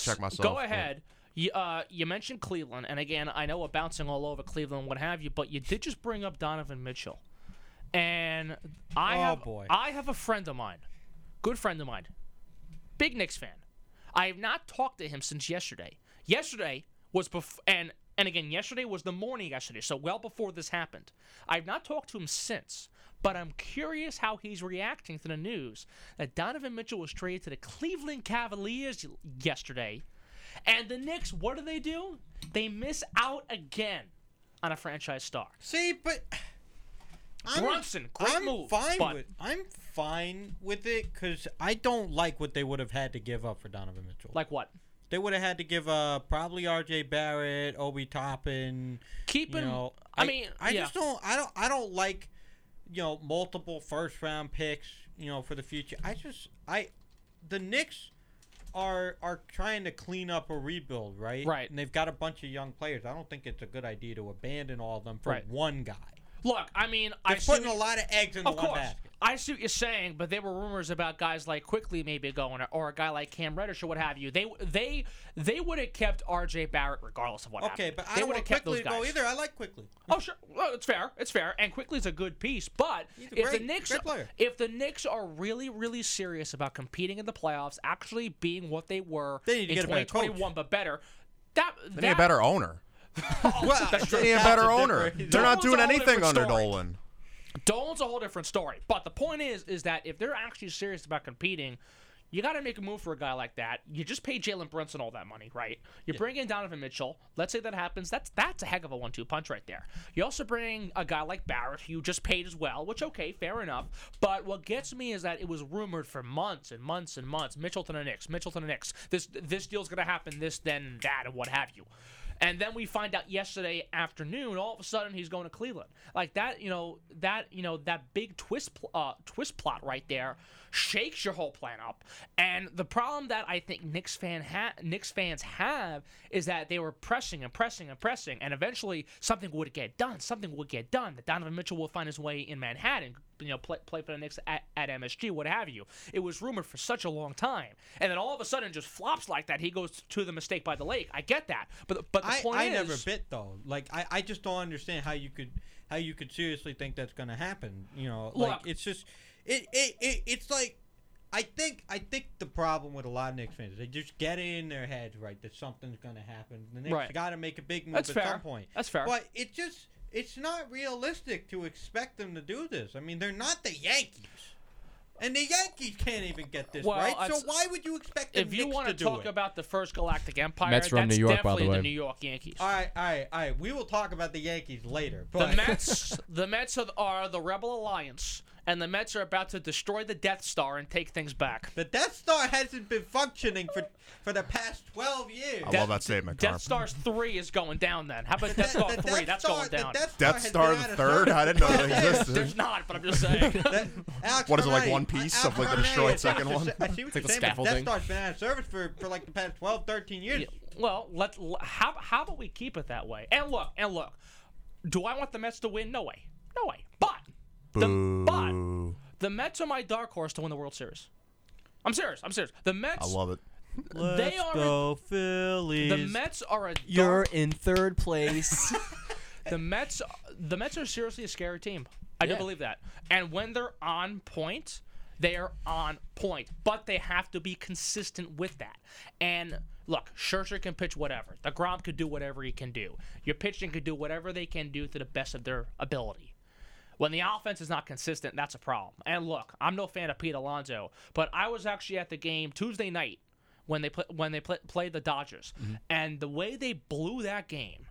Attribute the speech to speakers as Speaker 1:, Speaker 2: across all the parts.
Speaker 1: check myself.
Speaker 2: Go
Speaker 1: but-
Speaker 2: ahead. You, uh, you mentioned Cleveland, and again, I know we're bouncing all over Cleveland, what have you, but you did just bring up Donovan Mitchell, and I
Speaker 3: Oh,
Speaker 2: have
Speaker 3: boy.
Speaker 2: I have a friend of mine, good friend of mine, big Knicks fan. I have not talked to him since yesterday. Yesterday was bef- and and again, yesterday was the morning yesterday, so well before this happened. I've not talked to him since, but I'm curious how he's reacting to the news that Donovan Mitchell was traded to the Cleveland Cavaliers yesterday. And the Knicks, what do they do? They miss out again on a franchise star.
Speaker 3: See, but I'm,
Speaker 2: Brunson, great
Speaker 3: I'm
Speaker 2: move,
Speaker 3: Fine
Speaker 2: but-
Speaker 3: with, I'm fine with it because I don't like what they would have had to give up for Donovan Mitchell.
Speaker 2: Like what?
Speaker 3: they would have had to give up probably R.J. Barrett, Obi Toppin.
Speaker 2: Keep
Speaker 3: You
Speaker 2: him.
Speaker 3: know,
Speaker 2: I, mean,
Speaker 3: I
Speaker 2: yeah.
Speaker 3: just don't. I don't. I don't like you know multiple first round picks. You know, for the future. I just I the Knicks are are trying to clean up a rebuild, right?
Speaker 2: Right.
Speaker 3: And they've got a bunch of young players. I don't think it's a good idea to abandon all of them for
Speaker 2: Right.
Speaker 3: one guy.
Speaker 2: Look, I mean, I
Speaker 3: They're
Speaker 2: see
Speaker 3: putting
Speaker 2: what-
Speaker 3: a lot of eggs in
Speaker 2: Of
Speaker 3: one
Speaker 2: course.
Speaker 3: basket.
Speaker 2: I see what you're saying, but there were rumors about guys like Quickly maybe going, or, or a guy like Cam Reddish or what have you. They they they would have kept R.J. Barrett regardless of what
Speaker 3: Okay,
Speaker 2: happened.
Speaker 3: but I
Speaker 2: they
Speaker 3: don't
Speaker 2: would have
Speaker 3: want
Speaker 2: kept
Speaker 3: quickly to
Speaker 2: those
Speaker 3: go
Speaker 2: guys.
Speaker 3: either. I like quickly.
Speaker 2: Oh sure, well it's fair, it's fair, and Quickly's a good piece. But
Speaker 3: He's
Speaker 2: if
Speaker 3: a great-
Speaker 2: the Knicks,
Speaker 3: great player.
Speaker 2: if the Knicks are really really serious about competing in the playoffs, actually being what they were
Speaker 3: They need to
Speaker 2: in
Speaker 3: get a better coach.
Speaker 2: 2021, but better. That
Speaker 1: They need a
Speaker 2: that
Speaker 1: better owner.
Speaker 3: Well,
Speaker 2: that's
Speaker 1: They need a
Speaker 3: that's
Speaker 1: better
Speaker 3: a
Speaker 1: owner.
Speaker 3: different-
Speaker 1: They're not
Speaker 2: Dolan's
Speaker 1: doing
Speaker 2: a whole
Speaker 1: anything
Speaker 2: different
Speaker 1: under
Speaker 2: story.
Speaker 1: Dolan.
Speaker 2: Dolan's a whole different story. But the point is, is that if they're actually serious about competing, you got to make a move for a guy like that. You just pay Jalen Brunson all that money, right? You bring in Donovan Mitchell. Let's say that happens. That's that's a heck of a one-two punch right there. You also bring a guy like Barrett, who you just paid as well, which okay, fair enough. But what gets me is that it was rumored for months and months and months. Mitchell to the Knicks. Mitchell to the Knicks. This this deal's gonna happen. This then that and what have you. And then we find out yesterday afternoon, all of a sudden he's going to Cleveland. Like that, you know, that you know that big twist pl- uh, twist plot right there shakes your whole plan up. And the problem that I think Knicks fan ha- Knicks fans have is that they were pressing and pressing and pressing, and eventually something would get done. Something would get done. That Donovan Mitchell will find his way in Manhattan, you know, play, play for the Knicks at, at MSG, what have you. It was rumored for such a long time, and then all of a sudden, just flops like that. He goes to the mistake by the lake. I get that, but but the
Speaker 3: I,
Speaker 2: point
Speaker 3: I
Speaker 2: is,
Speaker 3: never bit though. Like I, I just don't understand how you could how you could seriously think that's gonna happen. You know, like
Speaker 2: Look.
Speaker 3: it's just it, it it it's like I think I think the problem with a lot of Knicks fans they just get it in their heads right that something's gonna happen. The Knicks
Speaker 2: Right.
Speaker 3: got to make a big move
Speaker 2: That's
Speaker 3: at
Speaker 2: fair.
Speaker 3: some point.
Speaker 2: That's fair.
Speaker 3: But it just it's not realistic to expect them to do this. I mean, they're not the Yankees. And the Yankees can't even get this
Speaker 2: Well,
Speaker 3: right. So
Speaker 2: that's-
Speaker 3: why would you expect the
Speaker 2: if you
Speaker 3: Knicks
Speaker 2: want to
Speaker 3: do
Speaker 2: talk
Speaker 3: it?
Speaker 2: about the first Galactic Empire,
Speaker 4: Mets from
Speaker 2: that's
Speaker 4: New York, by the
Speaker 2: definitely
Speaker 4: way.
Speaker 2: New York Yankees.
Speaker 3: All right, all right, all right. We will talk about the Yankees later. But
Speaker 2: The Mets, the Mets are, are the Rebel Alliance, and the Mets are about to destroy the Death Star and take things back.
Speaker 3: The Death Star hasn't been functioning for for the past 12 years.
Speaker 1: I
Speaker 2: Death-
Speaker 1: love that statement,
Speaker 2: Death
Speaker 1: Carp.
Speaker 2: Stars three is going down. Then how about Death
Speaker 3: The-
Speaker 2: Star
Speaker 3: the
Speaker 2: three? That's
Speaker 3: Star-
Speaker 2: going down.
Speaker 3: The Death Star,
Speaker 1: Death
Speaker 3: has
Speaker 1: Star
Speaker 3: been out
Speaker 1: the
Speaker 3: of
Speaker 1: Third?
Speaker 3: service
Speaker 1: I didn't know
Speaker 3: for
Speaker 1: that
Speaker 3: years.
Speaker 1: existed.
Speaker 2: There's not, but I'm just saying.
Speaker 3: That- Alex
Speaker 1: What is it, like,
Speaker 3: Ferrari-
Speaker 1: one
Speaker 3: Alex
Speaker 1: piece of, like, the
Speaker 3: Ferrari
Speaker 1: destroyed
Speaker 3: is out of
Speaker 1: second
Speaker 3: ser-
Speaker 1: one?
Speaker 3: I see what
Speaker 4: It's like
Speaker 3: you're
Speaker 4: a
Speaker 3: saying, but Death
Speaker 4: scaffolding.
Speaker 3: Star's been out of service for, for like the past 12, 13 years.
Speaker 2: Well, let l- how how about we keep it that way? And look, and look. Do I want the Mets to win? No way, no way. But the, but
Speaker 1: Ooh,
Speaker 2: the Mets are my dark horse to win the World Series. I'm serious. I'm serious. The Mets.
Speaker 1: I love it.
Speaker 2: They are go,
Speaker 4: Phillies.
Speaker 2: the Mets are a dark,
Speaker 4: You're in third place.
Speaker 2: the Mets the Mets are seriously a scary team. I do
Speaker 4: Yeah.
Speaker 2: believe that. And when they're on point, they are on point. But they have to be consistent with that. And look, Scherzer can pitch whatever. The Grom could do whatever he can do. Your pitching could do whatever they can do to the best of their ability. When the offense is not consistent, that's a problem. And look, I'm no fan of Pete Alonso, but I was actually at the game Tuesday night when they play, when they play, played the Dodgers,
Speaker 4: Mm-hmm.
Speaker 2: and the way they blew that game.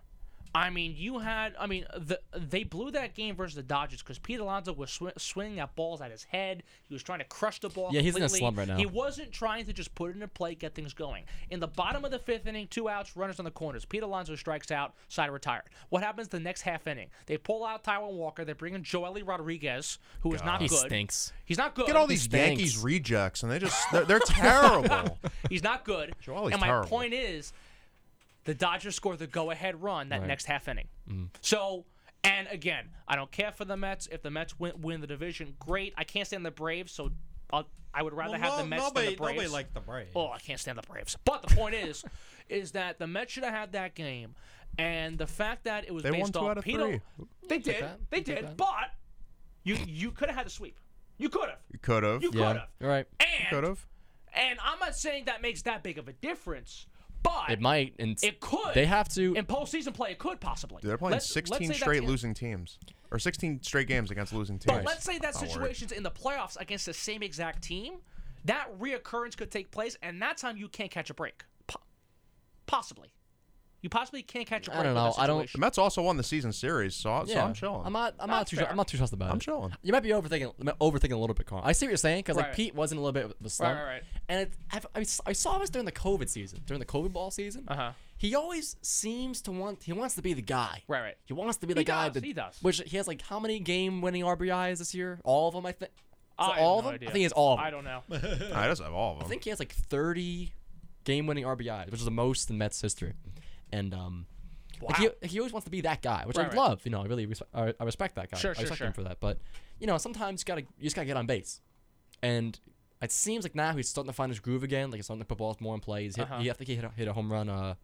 Speaker 2: I mean, you had. I mean, the, they blew that game versus the Dodgers because Pete Alonso was sw- swinging at balls at his head. He was trying to crush the ball.
Speaker 4: Yeah, he's in a
Speaker 2: completely.
Speaker 4: slump right now.
Speaker 2: He wasn't trying to just put it in play, get things going. In the bottom of the fifth inning, two outs, runners on the corners. Pete Alonso strikes out, side retired. What happens the next half inning? They pull out Taiwan Walker. They bring in Joely Rodriguez, who is not
Speaker 4: he
Speaker 2: good.
Speaker 4: stinks.
Speaker 2: He's not good.
Speaker 1: Get all these
Speaker 4: stinks.
Speaker 1: Yankees rejects, and they just—they're they're terrible.
Speaker 2: He's not good.
Speaker 1: Joely's
Speaker 2: and my
Speaker 1: terrible.
Speaker 2: point is, the Dodgers score the go-ahead run that next half inning. So, and again, I don't care for the Mets. If the Mets win, win the division, great. I can't stand the Braves, so I'll, I would rather
Speaker 3: Well,
Speaker 2: have
Speaker 3: no-
Speaker 2: the Mets
Speaker 3: nobody,
Speaker 2: than the Braves.
Speaker 3: nobody liked the Braves.
Speaker 2: Oh, I can't stand the Braves. But the point is, is that the Mets should have had that game, and the fact that it was
Speaker 1: They won
Speaker 2: based
Speaker 1: two
Speaker 2: on
Speaker 1: out of
Speaker 2: Pete Al-
Speaker 1: three.
Speaker 2: They did,
Speaker 4: that.
Speaker 2: they
Speaker 4: Take
Speaker 2: did.
Speaker 4: that.
Speaker 2: But you you could have had a sweep. You could have.
Speaker 1: You could have.
Speaker 2: You
Speaker 4: Yeah.
Speaker 2: could have.
Speaker 4: All right.
Speaker 1: Could
Speaker 2: And
Speaker 1: have.
Speaker 2: and I'm not saying that makes that big of a difference, but
Speaker 4: It might, and s-
Speaker 2: It could.
Speaker 4: They have to.
Speaker 2: in postseason play. It could possibly.
Speaker 1: They're playing
Speaker 2: Let's- let's
Speaker 1: 16
Speaker 2: say that-
Speaker 1: straight
Speaker 2: yeah.
Speaker 1: losing teams or 16 straight games against losing teams.
Speaker 2: But let's say that
Speaker 1: Not worried.
Speaker 2: situation's in the playoffs against the same exact team, that reoccurrence could take place, and that time you can't catch a break. Po- possibly, you possibly can't catch a break.
Speaker 4: I don't
Speaker 2: with
Speaker 4: know.
Speaker 2: that
Speaker 4: I don't-
Speaker 1: The
Speaker 2: situation.
Speaker 1: Mets also won the season series, so, so
Speaker 4: yeah,
Speaker 1: I'm chilling.
Speaker 4: I'm not. I'm
Speaker 2: That's
Speaker 4: not too.
Speaker 2: fair.
Speaker 4: I'm not too stressed about it.
Speaker 1: I'm chilling.
Speaker 4: You might be overthinking. I'm Overthinking a little bit, Carl. I see what you're saying because like
Speaker 2: Right.
Speaker 4: Pete was in a little bit of a slump.
Speaker 2: right, right.
Speaker 4: And it, I've, I, s- I saw this during the COVID season, during the COVID ball season.
Speaker 2: Uh-huh.
Speaker 4: He always seems to want. He wants to be the guy.
Speaker 2: Right, right.
Speaker 4: He wants to be the
Speaker 2: He
Speaker 4: guy.
Speaker 2: does,
Speaker 4: that-
Speaker 2: he does.
Speaker 4: Which he has like how many game-winning RBIs this year? All of them, I think. Is it
Speaker 2: I have
Speaker 4: all
Speaker 2: no
Speaker 4: of them.
Speaker 2: idea.
Speaker 4: I think it's all of them.
Speaker 2: I don't know.
Speaker 1: Nah, he doesn't have all of them.
Speaker 4: I think he has like 30 game-winning RBIs, which is the most in Mets history. And um, like,
Speaker 2: Wow.
Speaker 4: he, he always wants to be that guy, which
Speaker 2: Right,
Speaker 4: I
Speaker 2: right.
Speaker 4: love. You know, I really respect. I, I respect that guy.
Speaker 2: Sure,
Speaker 4: I
Speaker 2: sure,
Speaker 4: respect
Speaker 2: sure.
Speaker 4: him for that. But you know, sometimes you gotta you just gotta get on base. And it seems like now he's starting to find his groove again. Like he's starting to put balls more in play. He's hit,
Speaker 2: Uh-huh.
Speaker 4: he, I think he hit a, hit a home run. Uh,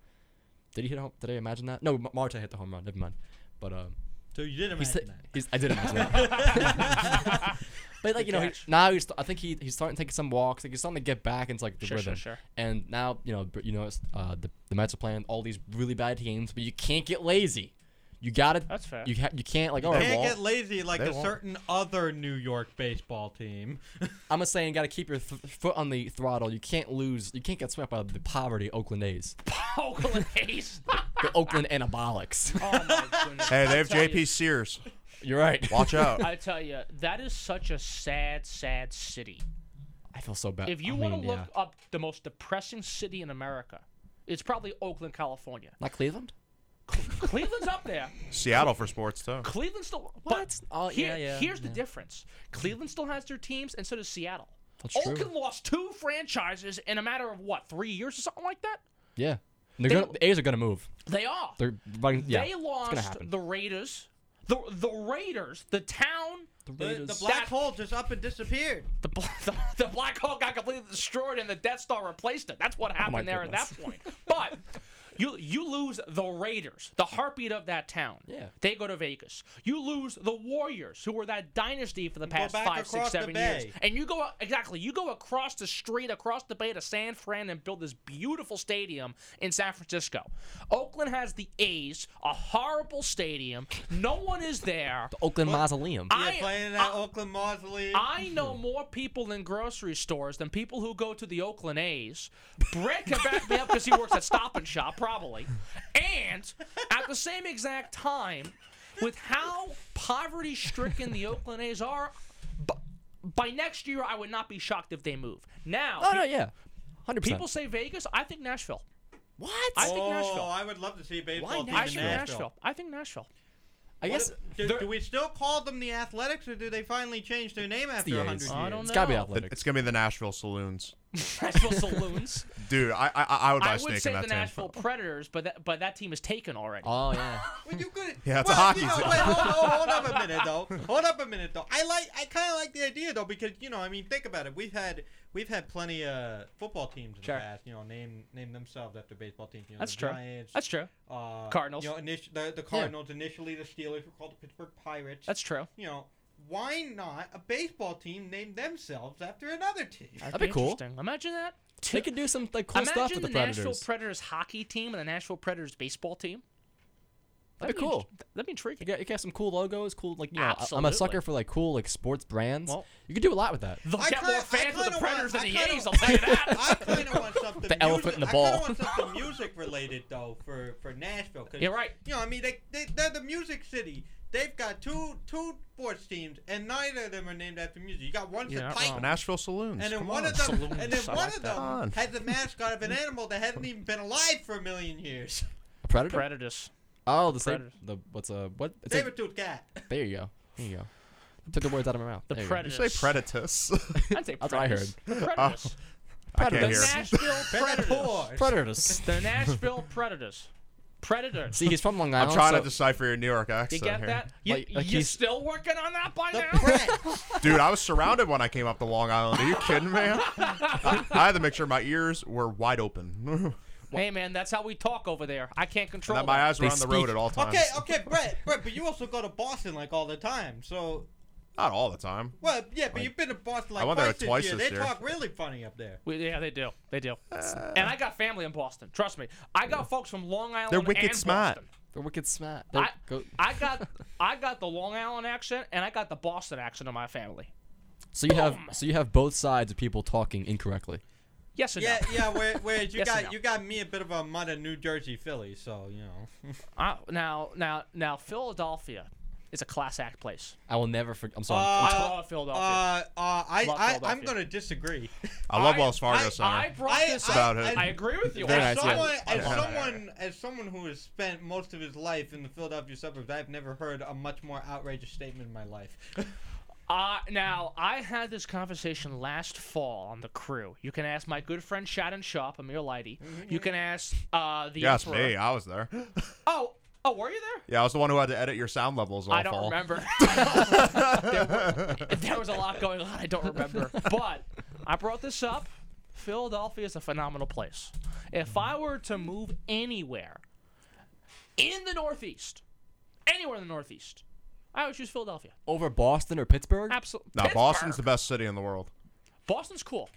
Speaker 4: did he hit a home? Did I imagine that? No, M- Marte hit the home run. Never mind. But um,
Speaker 3: So you did
Speaker 4: he's,
Speaker 3: imagine that.
Speaker 4: he's I did imagine that. but like you know, he,
Speaker 2: catch.
Speaker 4: now he's I think he he's starting to take some walks. Like he's starting to get back into like the
Speaker 2: Sure, sure,
Speaker 4: rhythm.
Speaker 2: sure.
Speaker 4: And now you know, you know, it's, uh, the the Mets are playing all these really bad teams, but you can't get lazy. You gotta.
Speaker 2: That's fair.
Speaker 4: You ha- you can't like all right,
Speaker 3: Can't
Speaker 4: well,
Speaker 3: get lazy like
Speaker 1: They
Speaker 3: a
Speaker 1: won't.
Speaker 3: certain other New York baseball team.
Speaker 4: I'm just saying, gotta keep your th- foot on the throttle. You can't lose. You can't get swept by the poverty Oakland A's,
Speaker 2: Oakland A's.
Speaker 4: the Oakland Anabolics.
Speaker 2: oh my goodness.
Speaker 1: Hey,
Speaker 2: I
Speaker 1: they have
Speaker 2: tell
Speaker 1: JP
Speaker 2: you.
Speaker 1: Sears.
Speaker 4: You're right.
Speaker 1: Watch out.
Speaker 2: I tell you, that is such a sad, sad city.
Speaker 4: I feel so bad.
Speaker 2: If you
Speaker 4: I
Speaker 2: want
Speaker 4: mean,
Speaker 2: to look
Speaker 4: yeah.
Speaker 2: up the most depressing city in America, it's probably Oakland, California.
Speaker 4: not Cleveland.
Speaker 2: Cleveland's up there.
Speaker 1: Seattle for sports too.
Speaker 2: Cleveland still.
Speaker 4: What?
Speaker 2: But
Speaker 4: Oh,
Speaker 2: here-
Speaker 4: yeah, yeah,
Speaker 2: Here's
Speaker 4: yeah.
Speaker 2: the difference. Cleveland still has their teams, and so does Seattle.
Speaker 4: That's true.
Speaker 2: Oakland lost two franchises in a matter of what three years or something like that.
Speaker 4: Yeah, they're gonna, the A's are gonna move.
Speaker 2: They are.
Speaker 4: They're running, yeah.
Speaker 2: they
Speaker 4: It's
Speaker 2: lost
Speaker 4: gonna happen.
Speaker 2: the Raiders. The the Raiders. The town.
Speaker 3: The, the
Speaker 4: Raiders.
Speaker 3: black
Speaker 2: That-
Speaker 3: hole just up and disappeared.
Speaker 2: The, bl- the the Black Hawk got completely destroyed, and the Death Star replaced it. That's
Speaker 3: Oh
Speaker 2: what happened there at that point. But. You, you lose the Raiders, the heartbeat of that town.
Speaker 4: Yeah.
Speaker 2: They go to Vegas. You lose the Warriors, who were that dynasty for the past
Speaker 3: back
Speaker 2: five, six,
Speaker 3: across the
Speaker 2: seven
Speaker 3: bay.
Speaker 2: years. And you go exactly, you go across the street, across the bay to San Fran, and build this beautiful stadium in San Francisco. Oakland has the A's, a horrible stadium. No one is there.
Speaker 4: Oakland Mausoleum.
Speaker 2: I-
Speaker 3: You're playing in that
Speaker 2: I-
Speaker 3: Oakland Mausoleum.
Speaker 2: I know more people in grocery stores than people who go to the Oakland A's. Brett can back me up because he works at Stop and Shop, probably. And at the same exact time, with how poverty stricken the Oakland A's are, b- by next year, I would not be shocked if they move. Now,
Speaker 4: oh no, yeah, hundred
Speaker 2: people
Speaker 4: percent.
Speaker 2: say Vegas. I think Nashville.
Speaker 4: What?
Speaker 2: I
Speaker 4: I,
Speaker 2: think
Speaker 3: oh,
Speaker 2: Nashville.
Speaker 3: I would love to see a baseball
Speaker 4: Why
Speaker 3: team
Speaker 2: I
Speaker 4: Nashville?
Speaker 3: in
Speaker 2: think
Speaker 3: Nashville.
Speaker 2: Nashville. I think Nashville.
Speaker 4: guess
Speaker 3: Do,
Speaker 4: they're-
Speaker 3: do we still call them the Athletics, or do they finally change their name after
Speaker 4: the
Speaker 3: a
Speaker 4: A's.
Speaker 3: 100 years?
Speaker 2: Oh, I don't
Speaker 4: it's
Speaker 2: know.
Speaker 4: gotta be
Speaker 1: Th-
Speaker 4: athletics.
Speaker 1: It's gonna be the Nashville Saloons,
Speaker 2: Nashville Saloons.
Speaker 1: dude. I I, I I would buy
Speaker 2: I
Speaker 1: a
Speaker 2: would
Speaker 1: steak
Speaker 2: say
Speaker 1: in that
Speaker 2: the
Speaker 1: team.
Speaker 2: Nashville Predators, but that, but that team is taken already.
Speaker 4: Oh yeah.
Speaker 3: Well, you could.
Speaker 1: Yeah, it's a
Speaker 3: well,
Speaker 1: hockey
Speaker 3: You know,
Speaker 1: team.
Speaker 3: wait, hold, hold, hold up a minute though. Hold up a minute though. I like. I kind of like the idea though because you know, I mean, think about it. We've had we've had plenty of football teams in
Speaker 2: Sure.
Speaker 3: the past. You know, name name themselves after baseball teams. You know,
Speaker 2: That's
Speaker 3: the
Speaker 2: true.
Speaker 3: Giants,
Speaker 2: That's true.
Speaker 3: uh,
Speaker 2: Cardinals.
Speaker 3: You know, initi- the, the Cardinals initially the Steelers were called the Pittsburgh Pirates.
Speaker 2: That's true.
Speaker 3: you know. Why not a baseball team name themselves after another team?
Speaker 2: That'd,
Speaker 4: be cool.
Speaker 2: interesting. Imagine that.
Speaker 4: They could do some like cool
Speaker 2: Imagine
Speaker 4: stuff with the,
Speaker 2: Nashville
Speaker 4: Predators.
Speaker 2: Predators hockey team and the Nashville Predators baseball team.
Speaker 4: That'd be cool.
Speaker 2: int- that'd be
Speaker 4: You
Speaker 2: intriguing.
Speaker 4: got, you got some cool logos, cool like you know. I- I'm a
Speaker 2: Absolutely.
Speaker 4: sucker for like cool like sports brands.
Speaker 2: Well-
Speaker 4: you could do a lot with that.
Speaker 2: They'll
Speaker 3: I
Speaker 2: get
Speaker 3: kinda-
Speaker 2: more
Speaker 3: I
Speaker 2: fans with
Speaker 3: kinda
Speaker 2: the Predators
Speaker 3: want-
Speaker 2: than
Speaker 3: I
Speaker 2: the
Speaker 3: kinda-
Speaker 2: A's. I'll tell you that.
Speaker 3: I kind of want something.
Speaker 4: The
Speaker 3: music-
Speaker 4: elephant in the
Speaker 3: I
Speaker 4: ball.
Speaker 3: kind of want something music related though for for Nashville. 'cause,
Speaker 2: You're right.
Speaker 3: You know, I mean, they, they they're the music city. They've got two two sports teams, and neither of them are named after music. You got one for
Speaker 2: You're not
Speaker 1: The
Speaker 3: Titans,
Speaker 2: wrong.
Speaker 1: Nashville Saloons.
Speaker 3: and then
Speaker 1: Come
Speaker 3: one
Speaker 1: on.
Speaker 3: of them,
Speaker 2: Saloons,
Speaker 3: and then
Speaker 2: I
Speaker 3: one
Speaker 2: like that.
Speaker 3: of them
Speaker 1: Come on.
Speaker 3: has the mascot of an animal that hasn't even been alive for a million years.
Speaker 4: A Predator.
Speaker 2: Predators.
Speaker 4: oh, the same.
Speaker 2: Predators.
Speaker 4: The what's a what? It's a,
Speaker 3: Saber tooth cat.
Speaker 4: there you go. There you go. Took the words out of my mouth.
Speaker 2: The
Speaker 4: There you go.
Speaker 1: You
Speaker 2: Predators.
Speaker 1: say Predators.
Speaker 2: I'd say
Speaker 4: That's what I Oh,
Speaker 2: Predators. Predators.
Speaker 1: I can't
Speaker 2: The
Speaker 1: hear.
Speaker 2: Nashville Predators.
Speaker 3: Predators.
Speaker 4: Predators. Predators.
Speaker 2: The Nashville Predators. Predators.
Speaker 4: See, he's from Long Island.
Speaker 1: I'm trying
Speaker 4: so-
Speaker 1: to decipher your New York accent
Speaker 2: you get
Speaker 1: here.
Speaker 2: that? You,
Speaker 4: Like- like
Speaker 2: you
Speaker 4: he's-
Speaker 2: still working on that by
Speaker 3: The
Speaker 2: now?
Speaker 3: Prat.
Speaker 1: Dude, I was surrounded when I came up to Long Island. Are you kidding, man? I, I had to make sure my ears were wide open.
Speaker 2: hey man, that's how we talk over there. I can't control
Speaker 1: that my
Speaker 2: that.
Speaker 1: eyes were
Speaker 4: They
Speaker 1: on the road
Speaker 4: speak.
Speaker 1: at all times.
Speaker 3: okay, uh, okay, Brett, Brett, but you also go to Boston like all the time. So,
Speaker 1: Not all the time.
Speaker 3: well, yeah, but you've been to Boston like
Speaker 1: I went there
Speaker 3: twice, this,
Speaker 1: twice
Speaker 3: year.
Speaker 1: this
Speaker 3: they
Speaker 1: year.
Speaker 3: talk really funny up there.
Speaker 2: We- yeah, they do. They do.
Speaker 3: Uh.
Speaker 2: and I got family in Boston. Trust me. I got folks from Long Island.
Speaker 1: They're wicked
Speaker 2: and
Speaker 1: smart.
Speaker 2: Boston.
Speaker 4: They're wicked smart. They're-
Speaker 2: I,
Speaker 4: go-
Speaker 2: I got I got the Long Island accent and I got the Boston accent in my family.
Speaker 4: so you have
Speaker 2: boom.
Speaker 4: so you have both sides of people talking incorrectly.
Speaker 2: Yes and
Speaker 3: Yeah,
Speaker 2: no.
Speaker 3: yeah. Where, where you
Speaker 2: Yes and
Speaker 3: got
Speaker 2: no.
Speaker 3: you got me a bit of a mud of New Jersey Philly, so you know.
Speaker 2: I, now now now Philadelphia is a class act place.
Speaker 4: I will never forget. I'm sorry. I'm-
Speaker 2: I
Speaker 3: Uh,
Speaker 2: love
Speaker 3: uh,
Speaker 2: Philadelphia.
Speaker 3: uh, I, I, I'm
Speaker 2: Philadelphia.
Speaker 3: gonna disagree.
Speaker 1: I love
Speaker 2: I-
Speaker 1: Wells Fargo
Speaker 3: I-
Speaker 1: Center.
Speaker 2: I brought
Speaker 3: I-
Speaker 2: this
Speaker 3: I-
Speaker 2: up.
Speaker 1: About it.
Speaker 2: I agree with you.
Speaker 4: Very
Speaker 2: I-
Speaker 3: as
Speaker 4: nice,
Speaker 2: I-
Speaker 4: yeah.
Speaker 3: someone,
Speaker 2: I
Speaker 3: as
Speaker 2: love it.
Speaker 3: someone, as someone who has spent most of his life in the Philadelphia suburbs, I've never heard a much more outrageous statement in my life.
Speaker 2: Uh, now, I had this conversation last fall on the crew. You can ask my good friend Shadon Shop, Amir Lighty.
Speaker 3: Mm-hmm.
Speaker 2: You can ask uh, the
Speaker 1: yes,
Speaker 2: Emperor.
Speaker 1: me. I was there.
Speaker 2: Oh, oh, were you there?
Speaker 1: Yeah, I was the one who had to edit your sound levels all
Speaker 2: I don't
Speaker 1: fall.
Speaker 2: remember. there, were- there was a lot going on. I don't remember. But I brought this up. Philadelphia is a phenomenal place. If I were to move anywhere in the Northeast, anywhere in the Northeast, I would choose Philadelphia.
Speaker 4: over Boston or Pittsburgh?
Speaker 2: Absolutely.
Speaker 1: No, Boston's the best city in the world.
Speaker 2: Boston's cool.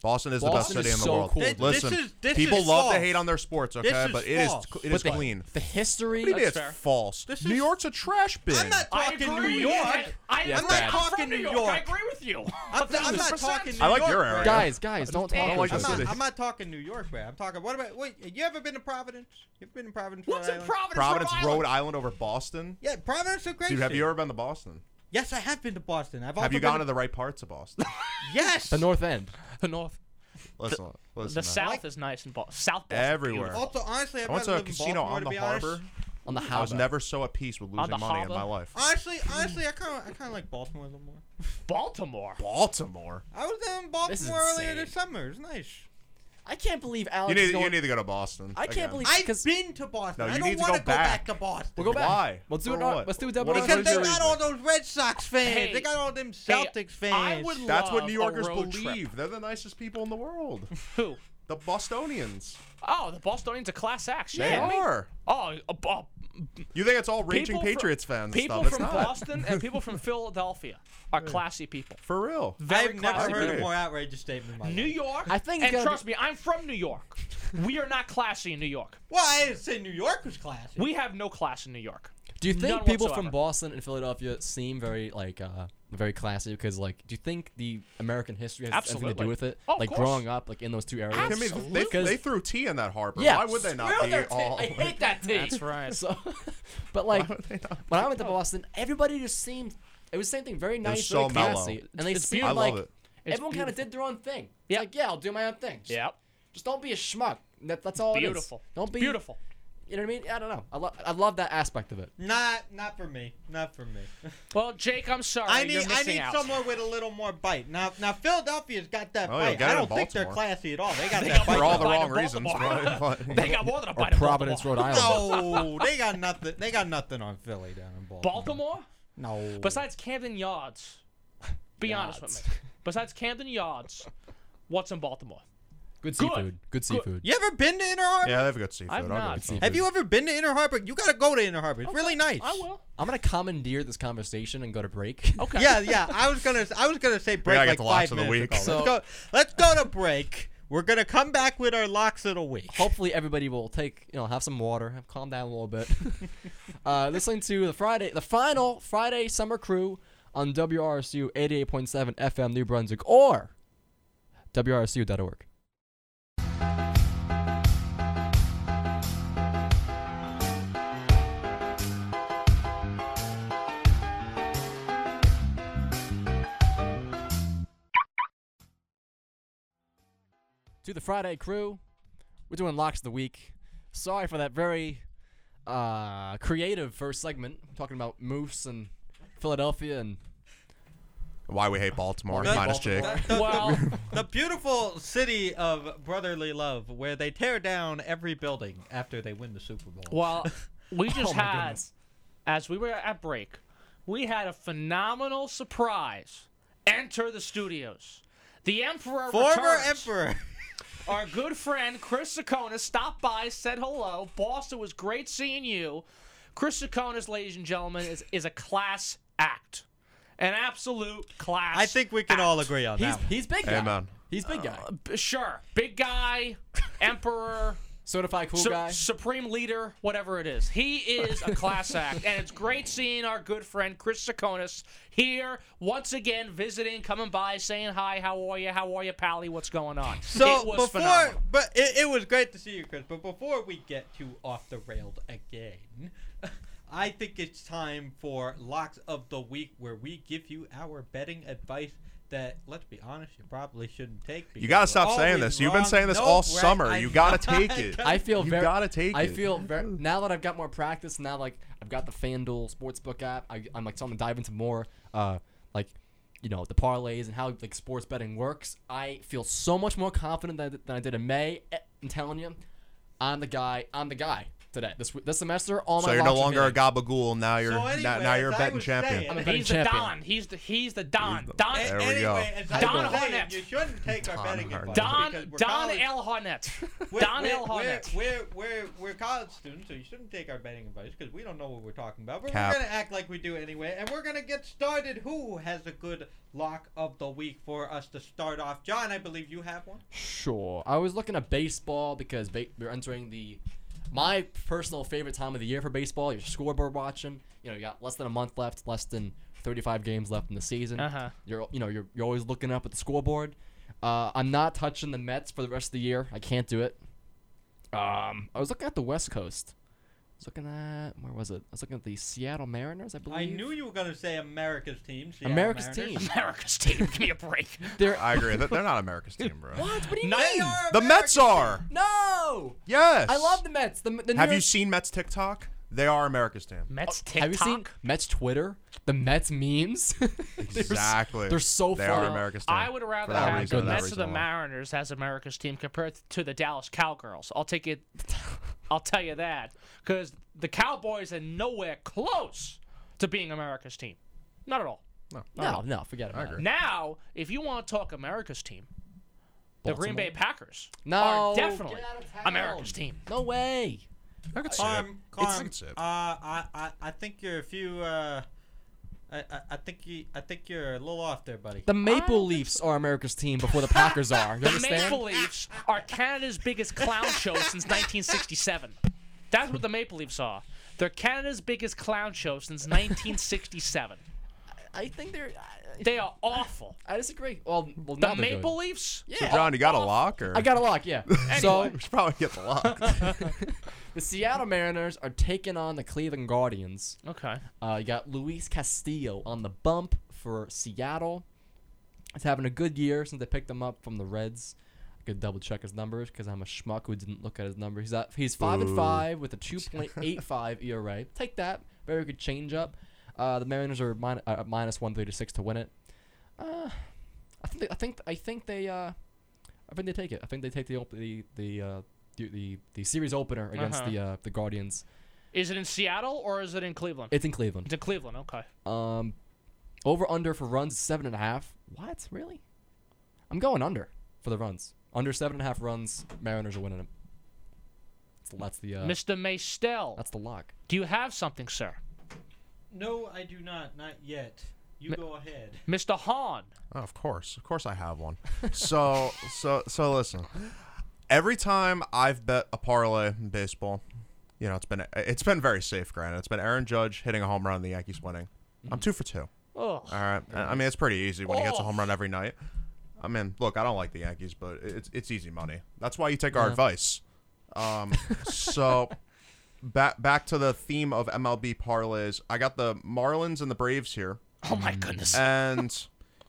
Speaker 1: Boston is
Speaker 4: Boston
Speaker 1: the best city
Speaker 4: is
Speaker 1: in the
Speaker 4: so
Speaker 1: world.
Speaker 4: cool, Th-
Speaker 3: dude.
Speaker 1: Listen,
Speaker 3: this is- this
Speaker 1: people
Speaker 3: is
Speaker 1: love to
Speaker 3: false.
Speaker 1: hate on their sports, okay?
Speaker 3: is
Speaker 1: but it is
Speaker 3: false.
Speaker 1: it is
Speaker 4: But the-
Speaker 1: clean.
Speaker 4: The history.
Speaker 1: What do you mean
Speaker 2: That's
Speaker 1: it's
Speaker 2: fair.
Speaker 1: false?
Speaker 3: This
Speaker 1: New
Speaker 3: is-
Speaker 1: York's a trash bin.
Speaker 3: I'm not
Speaker 2: I
Speaker 3: talking
Speaker 2: agree
Speaker 3: New
Speaker 2: with
Speaker 3: York.
Speaker 2: you. I,
Speaker 4: Yeah,
Speaker 2: I'm
Speaker 4: fair.
Speaker 2: not talking New York. I agree with you.
Speaker 3: I'm,
Speaker 2: A
Speaker 3: I'm
Speaker 2: thousand
Speaker 3: not
Speaker 2: percent.
Speaker 3: talking New
Speaker 1: I like
Speaker 3: York.
Speaker 1: your
Speaker 3: bro.
Speaker 1: area.
Speaker 4: Guys, guys, don't
Speaker 2: I don't
Speaker 4: talk
Speaker 2: like
Speaker 4: like
Speaker 3: I'm
Speaker 1: this
Speaker 4: this.
Speaker 1: city.
Speaker 3: not, I'm not talking New York, man. I'm talking. What about? Wait, you ever been to Providence? You ever been to Providence? Rhode
Speaker 2: What's in
Speaker 3: Island?
Speaker 2: Providence,
Speaker 1: Providence,
Speaker 2: Rhode
Speaker 1: Rhode
Speaker 2: Island?
Speaker 1: Island over Boston.
Speaker 3: Yeah, Providence is a great
Speaker 1: Dude, have
Speaker 3: city.
Speaker 1: you ever been to Boston?
Speaker 3: Yes, I have been to Boston. I've also
Speaker 1: Have you
Speaker 3: been
Speaker 1: gone to the right parts of Boston?
Speaker 3: Yes.
Speaker 4: The North End.
Speaker 2: The North.
Speaker 1: listen, listen.
Speaker 2: The
Speaker 1: man.
Speaker 2: South
Speaker 3: Like-
Speaker 2: is nice in Boston. South Boston.
Speaker 1: Everywhere.
Speaker 3: Also, honestly, I've
Speaker 1: I
Speaker 3: never
Speaker 1: went to a
Speaker 3: lived in
Speaker 1: casino
Speaker 3: Baltimore,
Speaker 1: on
Speaker 3: to
Speaker 1: the
Speaker 3: be
Speaker 1: harbor.
Speaker 3: honest.
Speaker 4: On the
Speaker 1: I was
Speaker 4: house.
Speaker 1: never so at peace with losing
Speaker 2: the
Speaker 1: money in my
Speaker 2: harbor?
Speaker 1: life.
Speaker 3: Honestly, honestly, I kind of, I kind of like Baltimore a little more.
Speaker 2: Baltimore.
Speaker 1: Baltimore.
Speaker 3: I was down in
Speaker 4: This is
Speaker 3: Baltimore earlier
Speaker 4: insane.
Speaker 3: this summer. It's nice.
Speaker 4: I can't believe
Speaker 2: Oh,
Speaker 4: Alex.
Speaker 1: You need,
Speaker 4: is going-
Speaker 1: you need to go to Boston.
Speaker 4: I can't
Speaker 1: again.
Speaker 4: believe-
Speaker 3: I've
Speaker 4: 'Cause-
Speaker 3: been to Boston.
Speaker 1: No, you
Speaker 3: I
Speaker 1: need
Speaker 3: don't
Speaker 1: to
Speaker 3: want
Speaker 1: go
Speaker 3: to go back.
Speaker 1: back.
Speaker 3: to Boston.
Speaker 4: We'll go back.
Speaker 1: Why?
Speaker 4: Let's do
Speaker 1: For
Speaker 4: it on-
Speaker 1: what?
Speaker 4: let's do a double
Speaker 1: What is
Speaker 4: Because
Speaker 3: Because
Speaker 1: the
Speaker 3: they
Speaker 4: Hey,
Speaker 3: got
Speaker 1: reason?
Speaker 3: all those Red Sox fans.
Speaker 2: Hey,
Speaker 3: they got all them
Speaker 2: hey,
Speaker 3: Celtics fans.
Speaker 2: I would
Speaker 1: That's what
Speaker 2: love
Speaker 1: New Yorkers
Speaker 2: a road
Speaker 1: believe.
Speaker 2: Trip.
Speaker 1: They're the nicest people in the world.
Speaker 2: Who?
Speaker 1: the Bostonians.
Speaker 2: Oh, the Bostonians are class action.
Speaker 1: They are.
Speaker 2: Oh, uh, uh,
Speaker 1: You think it's all raging
Speaker 2: People fr-
Speaker 1: Patriots fans? and
Speaker 2: people
Speaker 1: stuff.
Speaker 2: from
Speaker 1: it's not.
Speaker 2: Boston and people from Philadelphia are classy people.
Speaker 1: For real.
Speaker 2: Very
Speaker 3: I've never
Speaker 2: classy
Speaker 3: heard a
Speaker 2: people.
Speaker 3: more outrageous statement. In my
Speaker 2: New
Speaker 3: life.
Speaker 2: York.
Speaker 4: I think it's
Speaker 2: And
Speaker 4: gotta
Speaker 2: trust me, I'm from New York. We are not classy in New York.
Speaker 3: Well, I didn't say New York was classy.
Speaker 2: We have no class in New York.
Speaker 4: Do you think
Speaker 2: None
Speaker 4: people
Speaker 2: whatsoever.
Speaker 4: from Boston and Philadelphia seem very like uh very classy? Because like, do you think the American history has anything to
Speaker 2: Absolutely.
Speaker 4: do with it?
Speaker 2: Oh, of
Speaker 4: like
Speaker 2: course.
Speaker 4: growing up like in those two areas.
Speaker 1: I mean, they,
Speaker 4: Because-
Speaker 1: they threw tea in that harbor.
Speaker 4: yeah.
Speaker 1: Why would they not
Speaker 4: screw
Speaker 1: be
Speaker 4: their tea.
Speaker 1: all?
Speaker 4: I hate that tea.
Speaker 2: That's right.
Speaker 4: So, but like
Speaker 1: Why would they not
Speaker 4: when I went to Boston, everybody just seemed it was the same thing, very nice,
Speaker 1: so
Speaker 4: very classy,
Speaker 1: mellow.
Speaker 4: and they
Speaker 2: It's
Speaker 4: seemed
Speaker 1: I love
Speaker 4: like
Speaker 1: it.
Speaker 2: It's
Speaker 4: everyone kind of
Speaker 2: beautiful.
Speaker 4: did their own thing.
Speaker 2: Yeah.
Speaker 4: Yeah, like yeah, I'll do my own thing. Just,
Speaker 2: Yep.
Speaker 4: just don't be a schmuck. That, that's all. it is.
Speaker 2: Beautiful.
Speaker 4: Don't be
Speaker 2: beautiful.
Speaker 4: You know what I mean? I don't know. I love I love that aspect of it.
Speaker 3: Not, not for me. Not for me.
Speaker 2: Well, Jake, I'm sorry.
Speaker 3: I need,
Speaker 2: you're
Speaker 3: I
Speaker 2: missing
Speaker 3: need
Speaker 2: out.
Speaker 3: someone with a little more bite. Now, now Philadelphia's got that
Speaker 1: Oh, yeah,
Speaker 3: bite.
Speaker 1: got
Speaker 3: I
Speaker 1: it
Speaker 3: don't
Speaker 1: in
Speaker 3: think they're
Speaker 1: Baltimore.
Speaker 3: classy at all. They got
Speaker 2: They
Speaker 3: that
Speaker 2: got
Speaker 1: For
Speaker 3: bite.
Speaker 2: Bro-
Speaker 1: all the
Speaker 2: Bite of
Speaker 1: wrong reasons.
Speaker 2: Baltimore.
Speaker 1: right?
Speaker 2: They got more than a
Speaker 4: Or
Speaker 2: bite of
Speaker 4: Providence,
Speaker 2: Baltimore.
Speaker 4: Rhode Island.
Speaker 3: No, they got nothing. They got nothing on Philly down in Baltimore.
Speaker 2: Baltimore?
Speaker 3: No.
Speaker 2: Besides Camden Yards, be honest with me. Besides Camden Yards, what's in Baltimore?
Speaker 4: Good
Speaker 2: Good.
Speaker 4: seafood. Good seafood.
Speaker 3: you ever been to Inner Harbor?
Speaker 1: Yeah, they've got seafood.
Speaker 2: I've
Speaker 1: I'll go
Speaker 2: not.
Speaker 1: with some.
Speaker 3: Have you ever been to Inner Harbor? You gotta go to Inner Harbor. It's really nice.
Speaker 2: I will.
Speaker 4: I'm gonna commandeer this conversation and go to break.
Speaker 2: Okay.
Speaker 3: Yeah, yeah. I was gonna, I was gonna say break
Speaker 1: gotta get
Speaker 3: like
Speaker 1: to
Speaker 3: five
Speaker 1: locks of the
Speaker 3: minutes ago.
Speaker 1: week.
Speaker 4: So-
Speaker 3: let's go. Let's go to break. We're gonna come back with our locks of the week.
Speaker 4: Hopefully everybody will take you know have some water, have- calm down a little bit. uh, listening to the Friday, the final Friday summer crew on WRSU 88.7 FM New Brunswick or WRSU.org. To the Friday crew, we're doing locks of the week. Sorry for that very uh, creative first segment, talking about moose and Philadelphia and
Speaker 1: Why we hate Baltimore,
Speaker 3: Well,
Speaker 1: minus
Speaker 3: that-
Speaker 1: Jake.
Speaker 3: that- the-
Speaker 2: Well,
Speaker 3: the beautiful city of brotherly love, where they tear down every building after they win the Super Bowl.
Speaker 2: well, we just
Speaker 4: Oh my
Speaker 2: had,
Speaker 4: goodness.
Speaker 2: as we were at break, we had a phenomenal surprise enter the studios. The Emperor
Speaker 3: Former
Speaker 2: returns.
Speaker 3: emperor.
Speaker 2: Our good friend Chris Sakonis stopped by, said hello. Boss, it was great seeing you. Chris Sakonis, ladies and gentlemen, is, is a class act. An absolute class.
Speaker 3: I think we can all agree on
Speaker 4: He's
Speaker 3: that. one.
Speaker 4: he's big guy. Uh,
Speaker 1: Hey, man.
Speaker 4: He's big guy.
Speaker 2: B- Sure. Big guy, emperor,
Speaker 4: Certified cool
Speaker 2: su-
Speaker 4: guy.
Speaker 2: supreme leader, whatever it is. He is a class act. And it's great seeing our good friend Chris Sakonis here once again, visiting, coming by, saying hi, how are you, how are you, Pally, what's going on?
Speaker 3: So
Speaker 2: it was
Speaker 3: before,
Speaker 2: phenomenal.
Speaker 3: but it, it was great to see you, Chris. But before we get too off the rails again, I think it's time for locks of the week, where we give you our betting advice. That let's be honest, you probably shouldn't take.
Speaker 1: You
Speaker 3: because
Speaker 1: gotta
Speaker 3: we're
Speaker 1: stop saying
Speaker 3: always
Speaker 1: this. You've been
Speaker 3: wrong.
Speaker 1: saying this
Speaker 3: No,
Speaker 1: all
Speaker 3: Brett,
Speaker 1: summer.
Speaker 3: I'm
Speaker 1: You gotta
Speaker 3: not
Speaker 1: take it.
Speaker 4: I feel
Speaker 1: You
Speaker 4: very.
Speaker 1: gotta take
Speaker 4: I
Speaker 1: it.
Speaker 4: feel very. Now that I've got more practice, now like I've got the FanDuel sportsbook app, I, I'm like starting to dive into more, uh, like, you know, the parlays and how like sports betting works. I feel so much more confident than, than I did in May. Eh, I'm telling you, I'm the guy. I'm the guy today. This this semester, all my.
Speaker 1: So you're no
Speaker 4: locks are
Speaker 1: longer a
Speaker 4: made.
Speaker 1: gabagool. Now you're
Speaker 3: So
Speaker 1: n-
Speaker 3: anyway,
Speaker 1: now you're a
Speaker 3: as I
Speaker 1: betting
Speaker 3: was
Speaker 1: champion.
Speaker 3: saying-
Speaker 4: I'm a betting
Speaker 2: He's the
Speaker 4: champion.
Speaker 2: Don. He's the he's the Don. Don
Speaker 3: A-
Speaker 1: There we
Speaker 3: anyway,
Speaker 1: go.
Speaker 3: As I
Speaker 2: Don
Speaker 3: was saying,
Speaker 2: Harnett.
Speaker 3: you shouldn't take our
Speaker 1: Don
Speaker 3: betting
Speaker 1: Harnett.
Speaker 3: advice.
Speaker 2: Don
Speaker 3: because we're
Speaker 2: Don
Speaker 3: college-
Speaker 2: L Harnett.
Speaker 3: we're-
Speaker 2: Don
Speaker 3: we're-
Speaker 2: L
Speaker 3: we're,
Speaker 2: Harnett.
Speaker 3: we're, we're, we're college students, so you shouldn't take our betting advice because we don't know what we're talking about. But
Speaker 1: Cap.
Speaker 3: we're going to act like we do anyway, and we're going to get started. Who has a good lock of the week for us to start off? John, I believe you have one.
Speaker 4: Sure. I was looking at baseball because ba- we're entering the my personal favorite time of the year for baseball. Your scoreboard watching. You know, you got less than a month left, less than 35 games left in the season.
Speaker 2: Uh-huh.
Speaker 4: You're you know you're, you're always looking up at the scoreboard. Uh, I'm not touching the Mets for the rest of the year. I can't do it. Um, I was looking at the West Coast. I was looking at where was it? I was looking at the Seattle Mariners, I believe.
Speaker 3: I knew you were going to say America's team. Seattle
Speaker 4: America's
Speaker 3: Mariners.
Speaker 4: team.
Speaker 2: America's team. Give me a break.
Speaker 4: They're
Speaker 1: I agree. They're they're not America's team, bro.
Speaker 4: what? What do you
Speaker 2: No,
Speaker 4: mean?
Speaker 3: They are
Speaker 1: The
Speaker 3: America's
Speaker 1: Mets are.
Speaker 4: No.
Speaker 1: Yes.
Speaker 4: I love the Mets. The, the New
Speaker 1: Have
Speaker 4: York
Speaker 1: you seen Mets TikTok? They are America's team.
Speaker 2: Mets TikTok.
Speaker 4: Have you seen Mets Twitter? The Mets memes.
Speaker 1: Exactly.
Speaker 4: They're so
Speaker 1: They
Speaker 4: funny.
Speaker 1: are America's team.
Speaker 2: I would rather
Speaker 1: For that
Speaker 2: have
Speaker 1: reason,
Speaker 2: the
Speaker 1: for that
Speaker 2: Mets or the
Speaker 1: reason alone.
Speaker 2: Mariners as America's team compared to the Dallas Cowgirls. I'll take it. I'll tell you that because the Cowboys are nowhere close to being America's team. Not at all.
Speaker 4: no, no, forget about it.
Speaker 1: agree.
Speaker 2: Now, if you want to talk America's team, the Green Bay Packers
Speaker 4: No,
Speaker 2: are definitely
Speaker 4: get out of town.
Speaker 2: America's team.
Speaker 4: No way.
Speaker 1: I could see it.
Speaker 3: Carm,
Speaker 1: It's- I
Speaker 3: Carm,
Speaker 1: could see
Speaker 3: uh,
Speaker 1: it.
Speaker 3: I, I, I think you're a few. Uh, I, I, I think you. I think you're a little off there, buddy.
Speaker 4: The Maple Leafs are America's team before the Packers are. You
Speaker 2: The Maple
Speaker 4: understand?
Speaker 2: Leafs are Canada's biggest clown show since 1967. That's what the Maple Leafs are. They're Canada's biggest clown show since 1967.
Speaker 4: I think they're.
Speaker 2: They are awful.
Speaker 4: I, I disagree. Well, well
Speaker 2: The
Speaker 4: now they're
Speaker 2: Maple
Speaker 4: good.
Speaker 2: Leafs?
Speaker 4: Yeah.
Speaker 1: So John, you got a lock or
Speaker 4: I got a lock. Yeah. So
Speaker 1: We should probably get the lock.
Speaker 4: the Seattle Mariners are taking on the Cleveland Guardians.
Speaker 2: Okay.
Speaker 4: Uh, you got Luis Castillo on the bump for Seattle. He's having a good year since they picked him up from the Reds. I could double check his numbers because I'm a schmuck who didn't look at his numbers. He's at, he's five and
Speaker 1: Ooh.
Speaker 4: five with a 2.85 ERA. E Take that, very good changeup. Uh, the Mariners are min- uh, minus 136 to win it. Uh, I think they, I think I think they uh, I think they take it. I think they take the op- the the, uh, the the the series opener against
Speaker 2: Uh-huh.
Speaker 4: the uh, the Guardians.
Speaker 2: Is it in Seattle or is it Uh, in Cleveland?
Speaker 4: It's in Cleveland.
Speaker 2: It's in Cleveland, okay.
Speaker 4: Um, over under for runs is seven and a half. What really? I'm going under for the runs. Under seven and a half runs, Mariners are winning it. So that's the uh,
Speaker 2: Mr. Maystel,
Speaker 4: that's the lock.
Speaker 2: do you have something, sir?
Speaker 3: No, I do not. Not yet. You
Speaker 2: Ma-
Speaker 3: go ahead.
Speaker 2: Mr. Hahn.
Speaker 1: Oh, of course, of course, I have one. So, so, so, listen. Every time I've bet a parlay in baseball, you know, it's been it's been very safe. Granted, it's been Aaron Judge hitting a home run, and the Yankees winning. I'm two for two.
Speaker 2: Ugh.
Speaker 1: All right. I I mean, it's pretty easy when he hits a home run every night. I mean, look, I don't like the Yankees, but it's it's easy money. That's why you take our
Speaker 4: Yeah.
Speaker 1: advice. Um, so back back to the theme of MLB parlays. I got the Marlins and the Braves here,
Speaker 2: Oh my goodness.
Speaker 1: and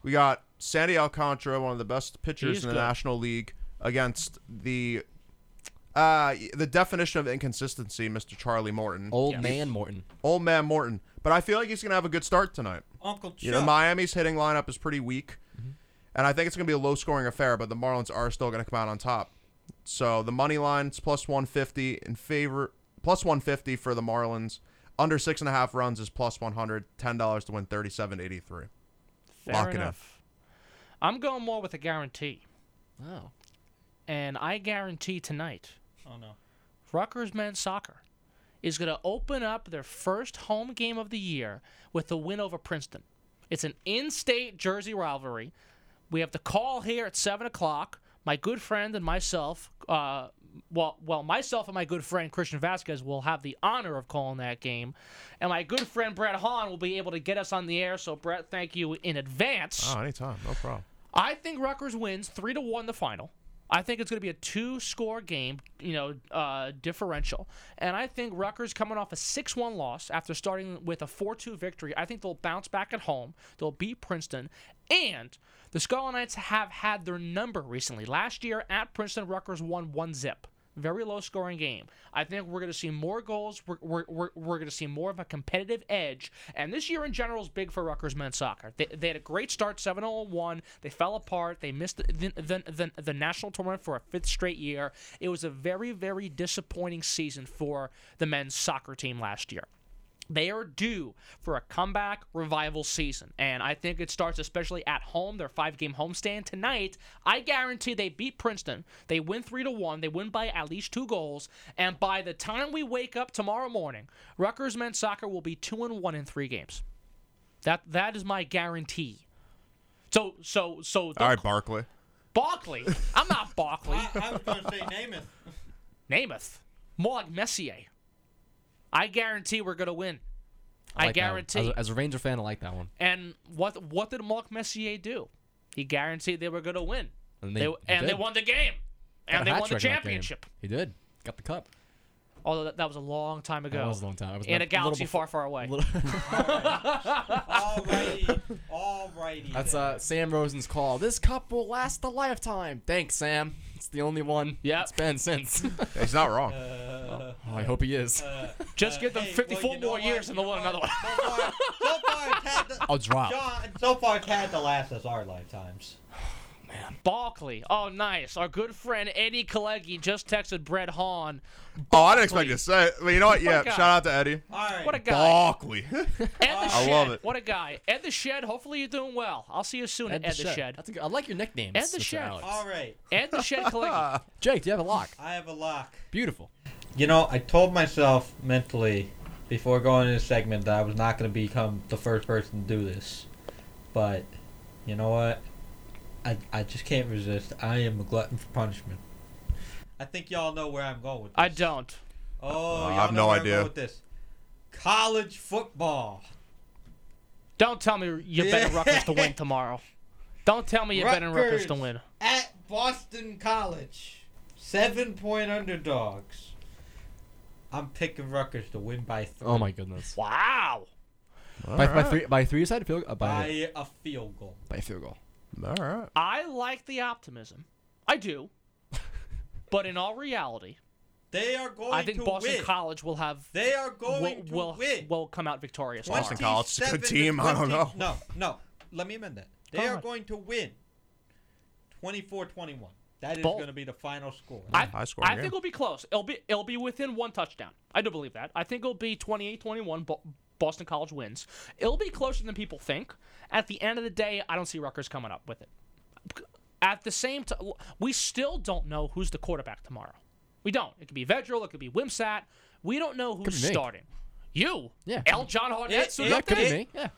Speaker 1: we got Sandy Alcantara, one of the best pitchers
Speaker 2: He's
Speaker 1: in the
Speaker 2: good.
Speaker 1: National League, against the uh, the definition of inconsistency, Mr. Charlie Morton,
Speaker 4: Old
Speaker 2: Yeah.
Speaker 4: man Morton.
Speaker 1: old man Morton. But I feel like he's gonna have a good start tonight.
Speaker 3: Uncle Chuck.
Speaker 1: You know, Miami's hitting lineup is pretty weak, and I think it's going to be a low scoring affair. But the Marlins are still going to come out on top. So the money line is plus one fifty in favor, plus one fifty for the Marlins. Under six and a half runs is plus one hundred. Ten dollars to win thirty seven eighty three.
Speaker 2: Fair
Speaker 1: Lock it
Speaker 2: enough. I'm going more with a guarantee,
Speaker 4: Oh.
Speaker 2: and I guarantee tonight,
Speaker 3: oh no.
Speaker 2: Rutgers men's soccer is going to open up their first home game of the year with a win over Princeton. It's an in-state Jersey rivalry. We have the call here at seven o'clock. My good friend and myself, uh, well, well, myself and my good friend Christian Vasquez will have the honor of calling that game, and my good friend Brett Hahn will be able to get us on the air. So, Brett, thank you in advance.
Speaker 1: Oh, anytime, no problem.
Speaker 2: I think Rutgers wins three to one the final. I think it's going to be a two-score game, you know, uh, differential. And I think Rutgers coming off a six-one loss after starting with a four-two victory. I think they'll bounce back at home. They'll beat Princeton, and the Scarlet Knights have had their number recently. Last year at Princeton, Rutgers won one zip. Very low scoring game. I think we're going to see more goals. We're, we're, we're, we're going to see more of a competitive edge. And this year in general is big for Rutgers men's soccer. They, they had a great start, 7 0 1. They fell apart. They missed the, the, the, the national tournament for a fifth straight year. It was a very, very disappointing season for the men's soccer team last year they are due for a comeback revival season. And I think it starts especially at home, their five game homestand tonight. I guarantee they beat Princeton. They win three to one. They win by at least two goals. And by the time we wake up tomorrow morning, Rutgers men's soccer will be two and one in three games. That that is my guarantee. So so so the,
Speaker 1: All right, Barkley.
Speaker 2: Barkley. I'm not Barkley.
Speaker 3: I, I was going to say Namath.
Speaker 2: Namath. More like Messier. I guarantee we're gonna win. I,
Speaker 4: like that one.
Speaker 2: guarantee.
Speaker 4: As a, as a Ranger fan, I like that one.
Speaker 2: And what what did Mark Messier do? He guaranteed they were going to win.
Speaker 4: And
Speaker 2: They,
Speaker 4: they,
Speaker 2: and they
Speaker 4: did.
Speaker 2: won the game.
Speaker 4: Got
Speaker 2: And
Speaker 4: a
Speaker 2: they
Speaker 4: hat
Speaker 2: won the
Speaker 4: trick in that game.
Speaker 2: championship.
Speaker 4: He did. Got the cup.
Speaker 2: Although that, that was a long time ago.
Speaker 4: That was a long time. I was
Speaker 2: In
Speaker 4: not-
Speaker 2: a galaxy
Speaker 4: little
Speaker 2: far, far away.
Speaker 3: Alrighty. Alrighty.
Speaker 4: That's
Speaker 3: then.
Speaker 4: uh, Sam Rosen's call. This cup will last a lifetime. Thanks, Sam. It's the only one.
Speaker 2: Yep.
Speaker 4: It's been since. oh,
Speaker 1: He's not wrong.
Speaker 3: Uh,
Speaker 4: I hope he is.
Speaker 3: uh,
Speaker 2: Just
Speaker 3: uh,
Speaker 2: give them
Speaker 3: hey, well,
Speaker 2: 54
Speaker 3: you know
Speaker 2: more
Speaker 3: what?
Speaker 2: years
Speaker 3: You
Speaker 2: and they'll
Speaker 3: know
Speaker 2: win another
Speaker 3: what?
Speaker 2: one.
Speaker 3: So far, so far, it's had the,
Speaker 4: I'll drop.
Speaker 3: John, so far, it's had to last us our lifetimes.
Speaker 2: Barkley. Oh, nice. Our good friend Eddie Kalegi just texted Brett Hahn.
Speaker 1: Oh, I didn't expect you to say it. But you know
Speaker 3: Oh
Speaker 1: what? Yeah,
Speaker 2: God.
Speaker 1: shout out to Eddie.
Speaker 3: All right.
Speaker 2: What a guy.
Speaker 1: Barkley.
Speaker 2: Ed the
Speaker 1: I
Speaker 2: Shed.
Speaker 1: love it.
Speaker 2: What a guy. Ed the Shed, hopefully you're doing well. I'll see you soon at Ed the Shed.
Speaker 4: That's a good, I like your nicknames.
Speaker 2: Ed the
Speaker 4: Mr.
Speaker 2: Shed.
Speaker 4: Alex.
Speaker 3: All right.
Speaker 2: Ed the Shed Kalegi.
Speaker 4: Jake, do you have a lock?
Speaker 3: I have a lock.
Speaker 4: Beautiful.
Speaker 3: You know, I told myself mentally before going into this segment that I was not going to become the first person to do this. But, you know what? I, I just can't resist. I am a glutton for punishment. I think y'all know where I'm going with this.
Speaker 2: I don't.
Speaker 3: Oh, y'all
Speaker 1: Uh, I have
Speaker 3: know
Speaker 1: no
Speaker 3: where I'm
Speaker 1: idea.
Speaker 3: going with this. College football.
Speaker 2: Don't tell me you bet
Speaker 3: Yeah.
Speaker 2: Rutgers to win tomorrow. Don't tell me you bet Rutgers to
Speaker 3: Rutgers.
Speaker 2: win.
Speaker 3: At Boston College. Seven point underdogs. I'm picking Rutgers to win by three.
Speaker 4: Oh my goodness.
Speaker 2: Wow.
Speaker 4: By, by three, by three, you said field, uh, by,
Speaker 3: By a field goal.
Speaker 4: by field goal.
Speaker 1: All right.
Speaker 3: Oh,
Speaker 2: I like the optimism. I do. but in all reality,
Speaker 3: They are going
Speaker 2: I think
Speaker 3: to
Speaker 2: Boston
Speaker 3: win.
Speaker 2: College will have
Speaker 3: They are
Speaker 2: will,
Speaker 3: going to
Speaker 2: will,
Speaker 3: win.
Speaker 2: will come out victorious.
Speaker 1: Boston
Speaker 2: tomorrow.
Speaker 1: College is a good
Speaker 3: 27 to
Speaker 1: team, I don't
Speaker 3: 20
Speaker 1: know.
Speaker 3: No, no. Let me amend that. They
Speaker 2: Go
Speaker 3: are
Speaker 2: on.
Speaker 3: going to win 24-21. That is
Speaker 2: Bold.
Speaker 3: going to be the final score.
Speaker 2: I,
Speaker 1: High scoring
Speaker 2: I think
Speaker 1: game.
Speaker 2: it'll be close. It'll be it'll be within one touchdown. I do believe that. I think it'll be 28-21 Bo- Boston College wins. It'll be closer than people think. At the end of the day, I don't see Rutgers coming up with it. At the same time, we still don't know who's the quarterback tomorrow. We don't. It could be Vedral. It could be Wimsat. We don't know who's
Speaker 4: be me.
Speaker 2: starting. You,
Speaker 4: Yeah.
Speaker 2: L. John Harnett,
Speaker 3: It-
Speaker 2: so
Speaker 3: it-
Speaker 4: That could be
Speaker 3: it-
Speaker 4: me. Yeah.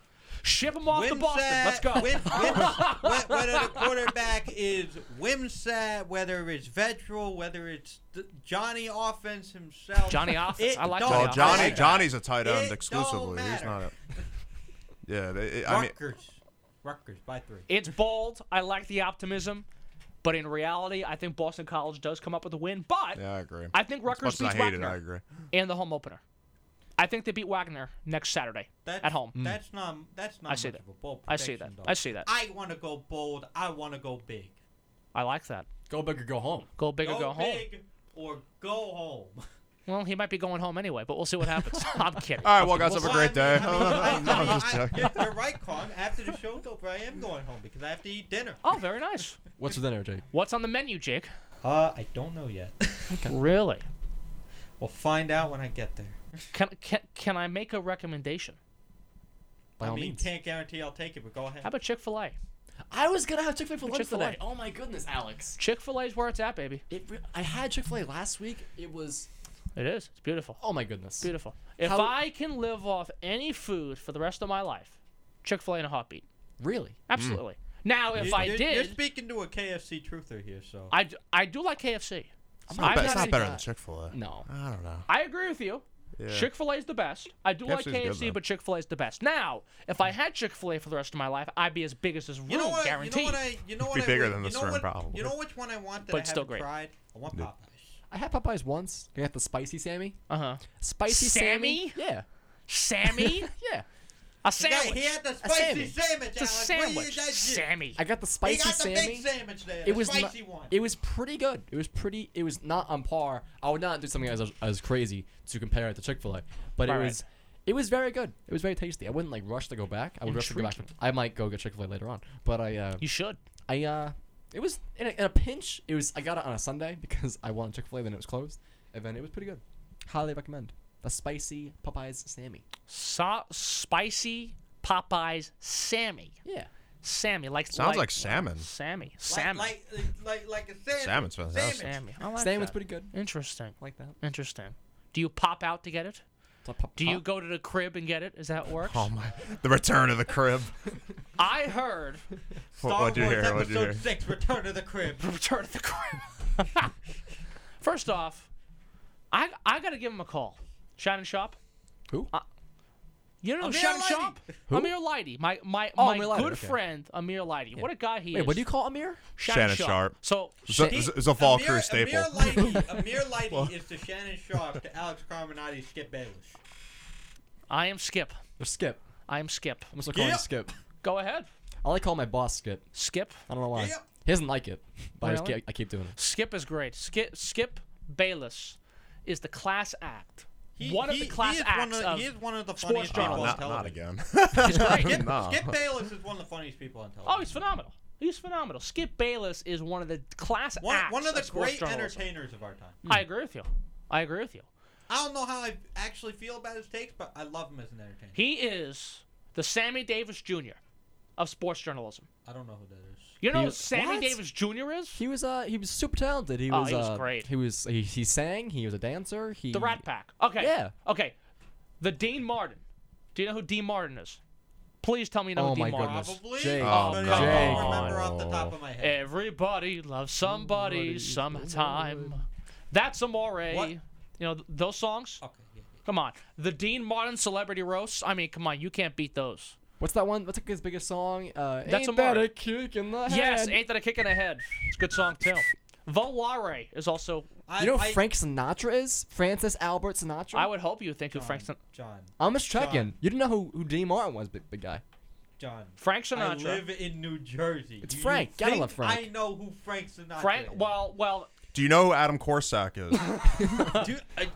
Speaker 2: ship him off to Boston. Let's go.
Speaker 3: Wim, Wim, whe- whether the quarterback is Wimsat, whether it's Vetral, whether it's th- Johnny Offense himself.
Speaker 2: Johnny Offense. I like
Speaker 3: don't
Speaker 1: Well,
Speaker 2: Johnny Offense.
Speaker 1: Oh, Johnny
Speaker 3: matter.
Speaker 1: Johnny's a tight
Speaker 3: It
Speaker 1: end
Speaker 3: don't
Speaker 1: exclusively. He's
Speaker 3: matter.
Speaker 1: not. A, yeah, they- I mean,
Speaker 3: Rutgers. Rutgers by three.
Speaker 2: It's bold. I like the optimism, but in reality, I think Boston College does come up with a win. But
Speaker 1: yeah, I agree.
Speaker 2: I think
Speaker 1: as much
Speaker 2: Rutgers
Speaker 1: as I
Speaker 2: beats
Speaker 1: hate it, I
Speaker 2: Wagner
Speaker 1: agree.
Speaker 2: in the home opener. I think they beat Wagner next Saturday
Speaker 3: That's,
Speaker 2: at
Speaker 1: Mm.
Speaker 2: home.
Speaker 3: That's not. That's not.
Speaker 2: I see
Speaker 3: much
Speaker 2: that.
Speaker 3: Of a bold
Speaker 2: I see that.
Speaker 3: prediction,
Speaker 2: I
Speaker 3: though.
Speaker 2: see that.
Speaker 3: I want to go bold. I want to go big.
Speaker 2: I like that.
Speaker 4: Go big or go home.
Speaker 2: Go big or go home.
Speaker 3: big or go home.
Speaker 2: Well, he might be going home anyway, but we'll see what happens. I'm kidding.
Speaker 1: All right, well, guys, have a
Speaker 3: Well,
Speaker 1: great
Speaker 3: I
Speaker 1: day.
Speaker 3: mean- I mean,
Speaker 1: I'm
Speaker 3: I-
Speaker 1: just
Speaker 3: I-
Speaker 1: joking.
Speaker 3: you're- You're right, Con. After the show's over, I am going home because I have to eat dinner.
Speaker 2: Oh, very nice.
Speaker 4: What's for dinner, Jake?
Speaker 2: What's on the menu, Jake?
Speaker 3: Uh, I don't know yet.
Speaker 2: Really?
Speaker 3: we'll find out when I get there.
Speaker 2: Can, can can I make a recommendation?
Speaker 4: By
Speaker 3: I
Speaker 4: all
Speaker 3: mean,
Speaker 4: means.
Speaker 3: can't guarantee I'll take it, but go ahead.
Speaker 2: How about Chick Fil A?
Speaker 4: I was gonna have Chick Fil A for lunch
Speaker 2: Chick-fil-A.
Speaker 4: today. Oh my goodness, Alex!
Speaker 2: Chick Fil A is where it's at, baby.
Speaker 4: It re- I had Chick Fil A last week. It was
Speaker 2: It is. It's beautiful.
Speaker 4: oh my goodness.
Speaker 2: Beautiful. If
Speaker 4: How-
Speaker 2: I can live off any food for the rest of my life, Chick Fil A in a heartbeat. Really?
Speaker 1: Mm.
Speaker 2: Absolutely. Now, if
Speaker 3: You-
Speaker 2: I
Speaker 3: you're, You're
Speaker 2: did,
Speaker 3: speaking to a KFC truther here, so.
Speaker 2: I, d- I do like KFC.
Speaker 4: I'm
Speaker 1: Not
Speaker 2: I've
Speaker 1: bad-
Speaker 2: had
Speaker 1: It's
Speaker 2: a-
Speaker 1: not better than
Speaker 4: uh,
Speaker 1: Chick Fil A.
Speaker 4: No.
Speaker 1: I don't know.
Speaker 2: I agree with you.
Speaker 1: Yeah.
Speaker 2: Chick Fil A is the best. I do like
Speaker 1: KFC is good,
Speaker 2: KFC,
Speaker 1: though.
Speaker 2: but Chick Fil A is the best. Now, if I had Chick Fil A for the rest of my life, I'd be as big as this room,
Speaker 3: you know what?
Speaker 2: guaranteed.
Speaker 3: You know what I? You know
Speaker 1: It'd
Speaker 3: what
Speaker 1: be
Speaker 3: I
Speaker 1: bigger
Speaker 3: would-
Speaker 1: than
Speaker 3: you
Speaker 1: this
Speaker 3: know
Speaker 1: room,
Speaker 3: what-
Speaker 1: probably.
Speaker 3: You know which one I want that I
Speaker 2: But still
Speaker 3: haven't
Speaker 2: great.
Speaker 3: tried? I want
Speaker 1: Yeah.
Speaker 3: Popeyes.
Speaker 4: I had Popeyes once. I got the spicy Sammy.
Speaker 2: uh huh.
Speaker 4: Spicy
Speaker 2: Sammy?
Speaker 4: Sammy. Yeah.
Speaker 2: Sammy, a
Speaker 4: Yeah.
Speaker 3: The guy-
Speaker 2: sandwich.
Speaker 3: He had the
Speaker 4: A
Speaker 3: spicy
Speaker 4: sandwich.
Speaker 3: sandwich,
Speaker 2: It's a
Speaker 3: Alex. What do you
Speaker 2: sandwich.
Speaker 3: guys do?
Speaker 2: Sammy.
Speaker 4: I got the
Speaker 3: He
Speaker 4: spicy
Speaker 3: got the
Speaker 4: Sammy.
Speaker 3: big sandwich there.
Speaker 4: it was
Speaker 3: the
Speaker 4: not,
Speaker 3: spicy one.
Speaker 4: it was pretty good. It was pretty. It was not on par. I would not do something as as crazy to compare it to Chick Fil A, but it
Speaker 2: Alright.
Speaker 4: was it was very good. It was very tasty. I wouldn't like rush to go back. I would rush to go back.
Speaker 2: Intriguing.
Speaker 4: I might go get Chick Fil A later on, but I uh,
Speaker 2: You should.
Speaker 4: I uh, it was in a, in a pinch. It was I got it on a Sunday because I wanted Chick Fil A, then it was closed, and then it was pretty good. Highly recommend the spicy Popeyes Sammy.
Speaker 2: So- spicy Popeyes Sammy.
Speaker 4: Yeah,
Speaker 2: Sammy likes
Speaker 1: Sounds
Speaker 2: light-
Speaker 1: like salmon.
Speaker 2: Salmy.
Speaker 3: like,
Speaker 2: Salmon.
Speaker 3: like, like, like a sandwich.
Speaker 1: Salmon's fantastic.
Speaker 2: Sammy.
Speaker 3: Sandwich.
Speaker 2: I like
Speaker 4: Sammy was
Speaker 2: that.
Speaker 4: pretty good.
Speaker 2: Interesting.
Speaker 4: Like that.
Speaker 2: Interesting. Do you pop out to get it?
Speaker 4: It's a pop-
Speaker 2: Do you
Speaker 4: pop-
Speaker 2: go to the crib and get it? Is that how it works?
Speaker 1: Oh my! The return of the crib.
Speaker 2: I heard
Speaker 1: What-
Speaker 3: Star
Speaker 1: what'd you
Speaker 3: Wars
Speaker 1: hear? What'd you
Speaker 3: Episode
Speaker 1: hear?
Speaker 3: Six: Return to the Crib.
Speaker 2: Return of the Crib. First off, I I gotta give him a call. Shannon Shop.
Speaker 4: Who?
Speaker 2: You know
Speaker 3: Amir
Speaker 2: Shannon
Speaker 3: Lighty.
Speaker 2: Shop?
Speaker 4: Who?
Speaker 2: Amir Lighty. My my,
Speaker 4: Oh,
Speaker 2: my
Speaker 4: Amir Lighty,
Speaker 2: good
Speaker 4: okay.
Speaker 2: friend Amir Lighty. What a guy he
Speaker 4: Wait,
Speaker 2: is.
Speaker 4: what do you call Amir?
Speaker 1: Shannon Sharp.
Speaker 2: So
Speaker 1: Z-
Speaker 2: he-
Speaker 1: Z- it's a fall
Speaker 3: Amir-
Speaker 1: crew staple.
Speaker 3: Amir Lighty, Amir Lighty is to Shannon Sharp to Alex Carminati, Skip Bayless.
Speaker 2: I am Skip.
Speaker 4: Or Skip.
Speaker 2: I am Skip.
Speaker 4: I'm still calling
Speaker 3: Yep.
Speaker 4: Skip.
Speaker 2: Go ahead.
Speaker 4: I like calling my boss Skip.
Speaker 2: Skip.
Speaker 4: I don't know why.
Speaker 3: Yep.
Speaker 4: He doesn't like it, but I, just
Speaker 2: Really?
Speaker 4: keep, I keep doing it.
Speaker 2: Skip is great. Skip Skip Bayless is the class act. one of the class
Speaker 3: he is
Speaker 2: acts
Speaker 3: one of,
Speaker 2: of
Speaker 3: he is one of the
Speaker 2: sports
Speaker 3: funniest
Speaker 2: drama.
Speaker 3: people
Speaker 1: Oh,
Speaker 3: on
Speaker 1: not,
Speaker 3: television.
Speaker 1: not again.
Speaker 2: great.
Speaker 1: No.
Speaker 3: Skip Bayless is one of the funniest people on television.
Speaker 2: Oh, he's phenomenal. He's phenomenal. Skip Bayless is one of the class
Speaker 3: one,
Speaker 2: acts.
Speaker 3: one of the
Speaker 2: sports
Speaker 3: great
Speaker 2: journalism.
Speaker 3: entertainers of our time.
Speaker 4: Hmm.
Speaker 2: I agree with you. I agree with you.
Speaker 3: I don't know how I actually feel about his takes, but I love him as an entertainer.
Speaker 2: He is the Sammy Davis Jr. of sports journalism.
Speaker 3: I don't know who that is.
Speaker 2: You know
Speaker 4: He-
Speaker 2: who Sammy
Speaker 4: what?
Speaker 2: Davis Jr. is?
Speaker 4: He was uh he was super talented. He
Speaker 2: Oh,
Speaker 4: was,
Speaker 2: he was
Speaker 4: uh,
Speaker 2: great.
Speaker 4: He was he, he sang. He was a dancer. He
Speaker 2: The Rat Pack. Okay.
Speaker 4: Yeah.
Speaker 2: Okay. The Dean Martin. Do you know who Dean Martin is? Please tell me you know
Speaker 4: Oh
Speaker 2: who Dean
Speaker 4: my
Speaker 2: Martin
Speaker 4: goodness.
Speaker 2: is.
Speaker 3: Probably,
Speaker 4: Jake.
Speaker 1: Oh,
Speaker 3: but I
Speaker 1: come
Speaker 3: don't remember
Speaker 1: on.
Speaker 3: off the top of my head.
Speaker 2: Eh, Everybody loves somebody,
Speaker 4: Somebody,
Speaker 2: sometime. That's Amore.
Speaker 3: What?
Speaker 2: You know th- those songs?
Speaker 4: Oh.
Speaker 3: Okay, yeah, yeah.
Speaker 2: Come on. The Dean Martin Celebrity Roasts. I mean, come on. You can't beat those.
Speaker 4: What's that one? What's like his biggest song? Uh,
Speaker 2: That's
Speaker 4: ain't that
Speaker 2: Amore.
Speaker 4: a kick in the
Speaker 2: Yes,
Speaker 4: head?
Speaker 2: Ain't That a Kick in the Head. It's a good song, too. Volare is also.
Speaker 3: I,
Speaker 4: You know who
Speaker 3: I,
Speaker 4: Frank Sinatra is? Francis Albert Sinatra.
Speaker 2: I would hope you think of
Speaker 3: John,
Speaker 2: Frank, Sin-
Speaker 3: John,
Speaker 4: I'm just
Speaker 3: John.
Speaker 4: checking. You didn't know who, who Dean Martin was, big, big guy.
Speaker 3: John.
Speaker 2: Frank
Speaker 3: I
Speaker 2: Sinatra.
Speaker 3: live in New Jersey.
Speaker 4: It's
Speaker 3: You
Speaker 4: Frank. Gotta
Speaker 3: think
Speaker 4: love Frank.
Speaker 3: I know who Frank Sinatra.
Speaker 2: Frank.
Speaker 3: is.
Speaker 2: Well, well,
Speaker 1: Do you know who Adam Corsack is?
Speaker 3: Dude, I-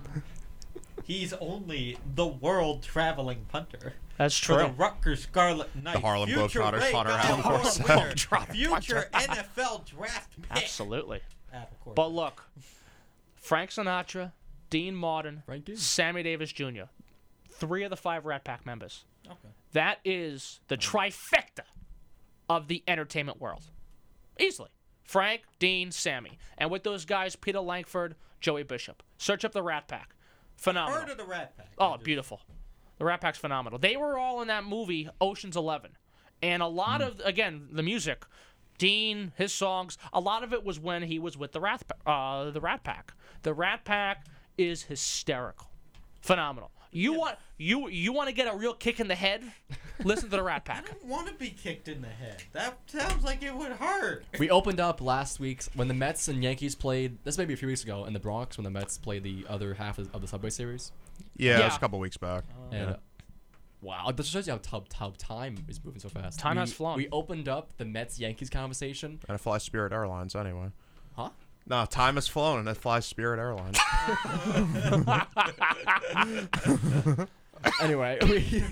Speaker 3: he's only the world traveling punter.
Speaker 2: that's
Speaker 3: For the
Speaker 2: true.
Speaker 3: Rutgers Scarlet Knights.
Speaker 1: The Harlem
Speaker 3: future
Speaker 1: Globetrotters
Speaker 3: Ray
Speaker 1: punter,
Speaker 3: Guy
Speaker 1: Adam
Speaker 3: Award
Speaker 1: Corsair.
Speaker 3: winner, Future NFL draft pick.
Speaker 2: Absolutely.
Speaker 3: Adam Corsair.
Speaker 2: But look, Frank Sinatra, Dean Martin,
Speaker 4: Frankie.
Speaker 2: Sammy Davis Jr. Three of the five Rat Pack members.
Speaker 3: Okay.
Speaker 2: That is the trifecta of the entertainment world. Easily. Frank, Dean, Sammy. And with those guys, Peter Langford, Joey Bishop. Search up the Rat Pack.
Speaker 3: Heard
Speaker 2: Phenomenal.
Speaker 3: of the Rat Pack. I
Speaker 2: Oh,
Speaker 3: just-
Speaker 2: beautiful. The Rat Pack's phenomenal. They were all in that movie, Ocean's Eleven. And a lot
Speaker 4: Hmm.
Speaker 2: of, again, the music, Dean, his songs, a lot of it was when he was with the Rat, uh, the Rat Pack. The Rat Pack is hysterical. Phenomenal. You want you you want to get a real kick in the head? Listen to the Rat
Speaker 3: I
Speaker 2: Pack.
Speaker 3: don't want to be kicked in the head. That sounds like it would hurt.
Speaker 4: We opened up last week's when the Mets and Yankees played. This may be a few weeks ago in the Bronx when the Mets played the other half of, of the Subway Series.
Speaker 1: Yeah, it was
Speaker 2: Yeah.
Speaker 1: a couple weeks back.
Speaker 3: Oh.
Speaker 4: And uh, wow, that just shows you how tub tub time is moving so fast.
Speaker 2: Time
Speaker 4: we,
Speaker 2: has flown.
Speaker 4: We opened up the Mets Yankees conversation.
Speaker 1: And I fly Spirit Airlines anyway.
Speaker 4: Huh?
Speaker 1: No, time has flown, and it flies Spirit Airlines.
Speaker 4: anyway, we,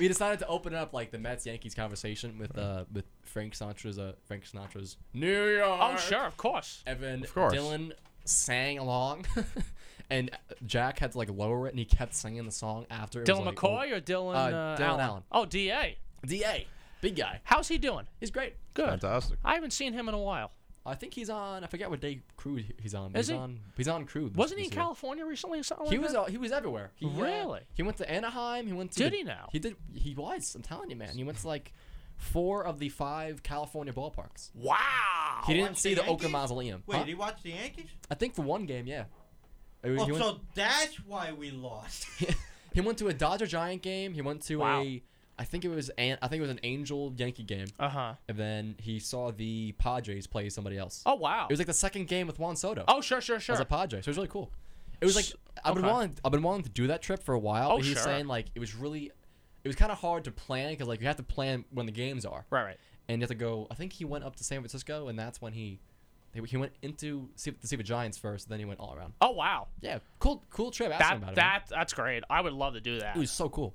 Speaker 4: we decided to open up like the Mets Yankees conversation with uh with Frank Sinatra's uh, Frank Sinatra's New York.
Speaker 2: Oh, sure, of course.
Speaker 4: And then
Speaker 1: Of course.
Speaker 4: Dylan sang along, and Jack had to like lower it, and he kept singing the song after. It was,
Speaker 2: Dylan
Speaker 4: like,
Speaker 2: McCoy or Dylan,
Speaker 4: uh,
Speaker 2: uh,
Speaker 4: Dylan
Speaker 2: Allen?
Speaker 4: Allen.
Speaker 2: Oh, DA.
Speaker 4: o- Da, big guy,
Speaker 2: How's he doing?
Speaker 4: he's great.
Speaker 2: Good.
Speaker 1: Fantastic.
Speaker 2: I haven't seen him in a while.
Speaker 4: I think he's on. I forget what day crew he- he's on. But
Speaker 2: Is
Speaker 4: he's
Speaker 2: he?
Speaker 4: on. He's on crew. this-
Speaker 2: Wasn't he in
Speaker 4: this year.
Speaker 2: California recently or something
Speaker 4: He
Speaker 2: like
Speaker 4: was.
Speaker 2: that?
Speaker 4: all he was everywhere. He, uh,
Speaker 2: Really?
Speaker 4: he went to Anaheim. He went to.
Speaker 2: Did
Speaker 4: the-
Speaker 2: he now?
Speaker 4: He did. He was. I'm telling you, man. He went to like four of the five California ballparks.
Speaker 2: Wow.
Speaker 4: He didn't
Speaker 3: watched
Speaker 4: see
Speaker 3: the
Speaker 4: the Oakland
Speaker 3: Yankees?
Speaker 4: Mausoleum.
Speaker 3: Wait,
Speaker 4: Huh?
Speaker 3: he watched the Yankees?
Speaker 4: I think for one game, yeah. Uh,
Speaker 3: Oh,
Speaker 4: he, went,
Speaker 3: so that's why we lost.
Speaker 4: he went to a Dodger Giant game. He went to
Speaker 2: Wow.
Speaker 4: a, I think it was an, I think it was an Angel Yankee game,
Speaker 2: Uh huh.
Speaker 4: and then he saw the Padres play somebody else.
Speaker 2: Oh wow.
Speaker 4: It was like the second game with Juan Soto
Speaker 2: oh sure, sure, sure.
Speaker 4: as a Padre, so it was really cool. It was like
Speaker 2: S-
Speaker 4: I've been
Speaker 2: okay.
Speaker 4: wanting I've been wanting to do that trip for a while.
Speaker 2: Oh,
Speaker 4: but he's
Speaker 2: sure.
Speaker 4: saying like it was really, it was kind of hard to plan because like you have to plan when the games are.
Speaker 2: right, right.
Speaker 4: and you have to go. I think he went up to San Francisco, and that's when he they, he went into see, to see the Giants first. Then he went all around.
Speaker 2: Oh wow.
Speaker 4: Yeah, cool, cool trip. Ask him
Speaker 2: That
Speaker 4: about it, man.
Speaker 2: that that's great. I would love to do that.
Speaker 4: it was so cool.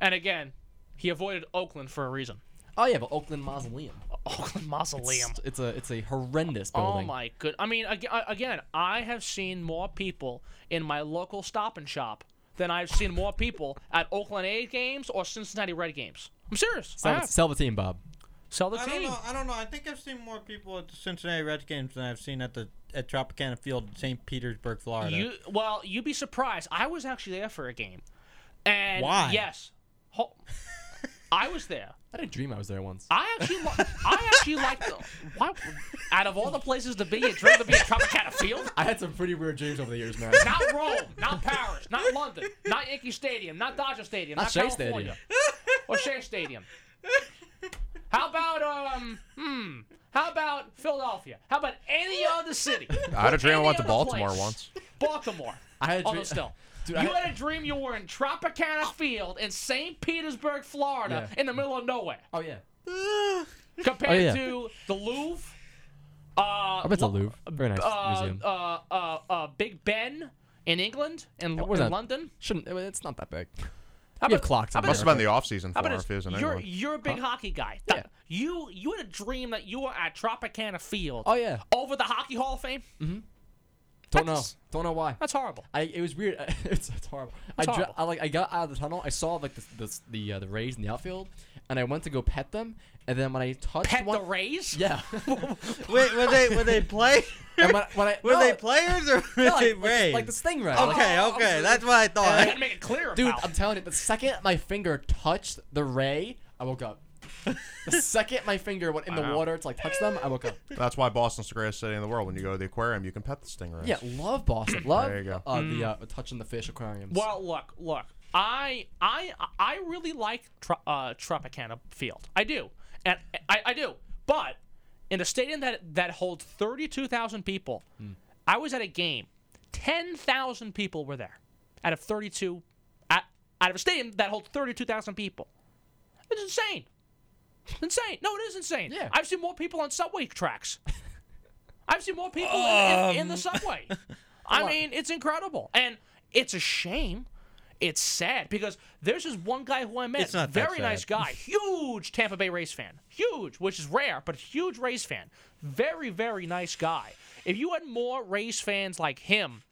Speaker 2: And again, he avoided Oakland for a reason.
Speaker 4: Oh yeah, but Oakland Mausoleum.
Speaker 2: Oakland Mausoleum.
Speaker 4: It's, it's a it's a horrendous
Speaker 2: Oh
Speaker 4: building.
Speaker 2: my good. I mean, ag- I- again, I have seen more people in my local Stop and Shop than I've seen more people at Oakland A's games or Cincinnati Red games. I'm serious. I
Speaker 4: Sell,
Speaker 2: have.
Speaker 4: sell the team, Bob.
Speaker 2: Sell the
Speaker 3: I don't
Speaker 2: team.
Speaker 3: know. I don't know. I think I've seen more people at the Cincinnati Reds games than I've seen at the at Tropicana Field in St. Petersburg, Florida.
Speaker 2: You well, you'd be surprised. I was actually there for a game, and
Speaker 3: Why?
Speaker 2: Yes, Ho- I was there.
Speaker 4: I didn't dream I was there once.
Speaker 2: I actually, li- I actually like the. Why, out of all the places to be, you dream to be at Tropicana Field.
Speaker 4: I had some pretty weird dreams over the years, man.
Speaker 2: Not Rome, not Paris, not London, not Yankee Stadium, not Dodger Stadium,
Speaker 4: Not
Speaker 2: not,
Speaker 4: Shea
Speaker 2: California, or Shea Stadium. How about um, hmm, how about Philadelphia? How about any other city?
Speaker 1: I had a dream I
Speaker 2: Any
Speaker 1: went to
Speaker 2: other
Speaker 1: Baltimore
Speaker 2: place?
Speaker 1: once.
Speaker 2: Baltimore.
Speaker 4: I had a
Speaker 2: Although
Speaker 4: dream-
Speaker 2: still.
Speaker 4: Dude, I
Speaker 2: you
Speaker 4: had-
Speaker 2: had a dream you were in Tropicana Field in St. Petersburg, Florida,
Speaker 4: Yeah.
Speaker 2: in the middle of nowhere,
Speaker 4: Oh yeah,
Speaker 2: compared
Speaker 4: Oh, yeah.
Speaker 2: to the Louvre, uh,
Speaker 4: I bet the Louvre. Very nice
Speaker 2: uh,
Speaker 4: museum.
Speaker 2: uh, uh, uh, Big Ben in England and in,
Speaker 4: was that?
Speaker 2: London.
Speaker 4: Shouldn't. I mean, it's not that big.
Speaker 2: How
Speaker 4: We have clocks
Speaker 2: How
Speaker 4: in
Speaker 2: about,
Speaker 1: Must have been the off season
Speaker 2: how
Speaker 1: for
Speaker 2: about
Speaker 1: him
Speaker 2: this?
Speaker 1: if he was in
Speaker 2: You're,
Speaker 1: England.
Speaker 2: you're a big hockey guy.
Speaker 4: Yeah.
Speaker 2: You you had a dream that you were at Tropicana Field
Speaker 4: Oh yeah.
Speaker 2: over the Hockey Hall of Fame.
Speaker 4: Don't know.
Speaker 2: That's-
Speaker 4: Don't know why.
Speaker 2: That's horrible.
Speaker 4: I it was weird. it's, it's horrible. I, dr-
Speaker 2: horrible.
Speaker 4: I like I got out of the tunnel. I saw like the the the, uh, the rays in the outfield, and I went to go pet them. And then when I touched
Speaker 2: Pet
Speaker 4: one,
Speaker 2: the Rays.
Speaker 4: yeah.
Speaker 3: Wait, were they were they play?
Speaker 4: and when, when I
Speaker 3: Were
Speaker 4: no,
Speaker 3: they players or were
Speaker 4: no, like,
Speaker 3: they
Speaker 4: like, the-
Speaker 3: Rays?
Speaker 4: like the stingray. Like,
Speaker 3: okay,
Speaker 2: Oh,
Speaker 3: okay,
Speaker 2: okay.
Speaker 3: that's what I
Speaker 2: I
Speaker 4: Uh,
Speaker 3: thought.
Speaker 2: didn't make it clear.
Speaker 4: dude,
Speaker 2: pal.
Speaker 4: I'm telling you, the second my finger touched the ray, I woke up. the second my finger went in the
Speaker 1: Wow.
Speaker 4: water to like touch them, I woke up.
Speaker 1: That's why Boston's the greatest city in the world. When you go to the aquarium, you can pet the stingrays.
Speaker 4: Yeah, love Boston. Love
Speaker 1: There you go.
Speaker 4: Uh, the uh, touching the fish aquariums.
Speaker 2: Well, look, look. I I I really like Tro- uh, Tropicana Field. I do, and I, I do. But in a stadium that that holds thirty two thousand people, I was at a game. Ten thousand people were there, out of thirty two, out out of a stadium that holds thirty two thousand people. It's insane. It's insane. No, it is insane.
Speaker 4: Yeah.
Speaker 2: I've seen more people on subway tracks. I've seen more people in, in, in the subway. I mean, it's incredible, and it's a shame. It's sad because there's this one guy who I met,
Speaker 3: It's not that
Speaker 2: very nice
Speaker 3: sad.
Speaker 2: guy, huge Tampa Bay Rays fan, huge, which is rare, but huge Rays fan, very very nice guy. If you had more Rays fans like him,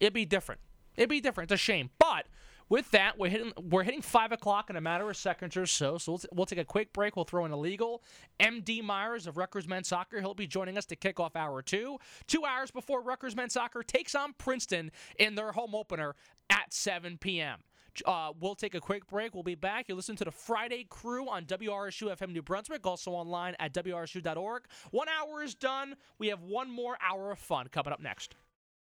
Speaker 2: it'd be different. It'd be different. It's a shame, but with that, we're hitting we're hitting five o'clock in a matter of seconds or so. So we'll, t- we'll take a quick break. We'll throw in a legal MD Myers of Rutgers Men's Soccer. He'll be joining us to kick off hour two. Two hours before Rutgers Men's Soccer takes on Princeton in their home opener at 7 p.m. Uh, we'll take a quick break. We'll be back. You listen to the Friday Crew on WRSU FM New Brunswick, also online at WRSU.org. One hour is done. We have one more hour of fun coming up next.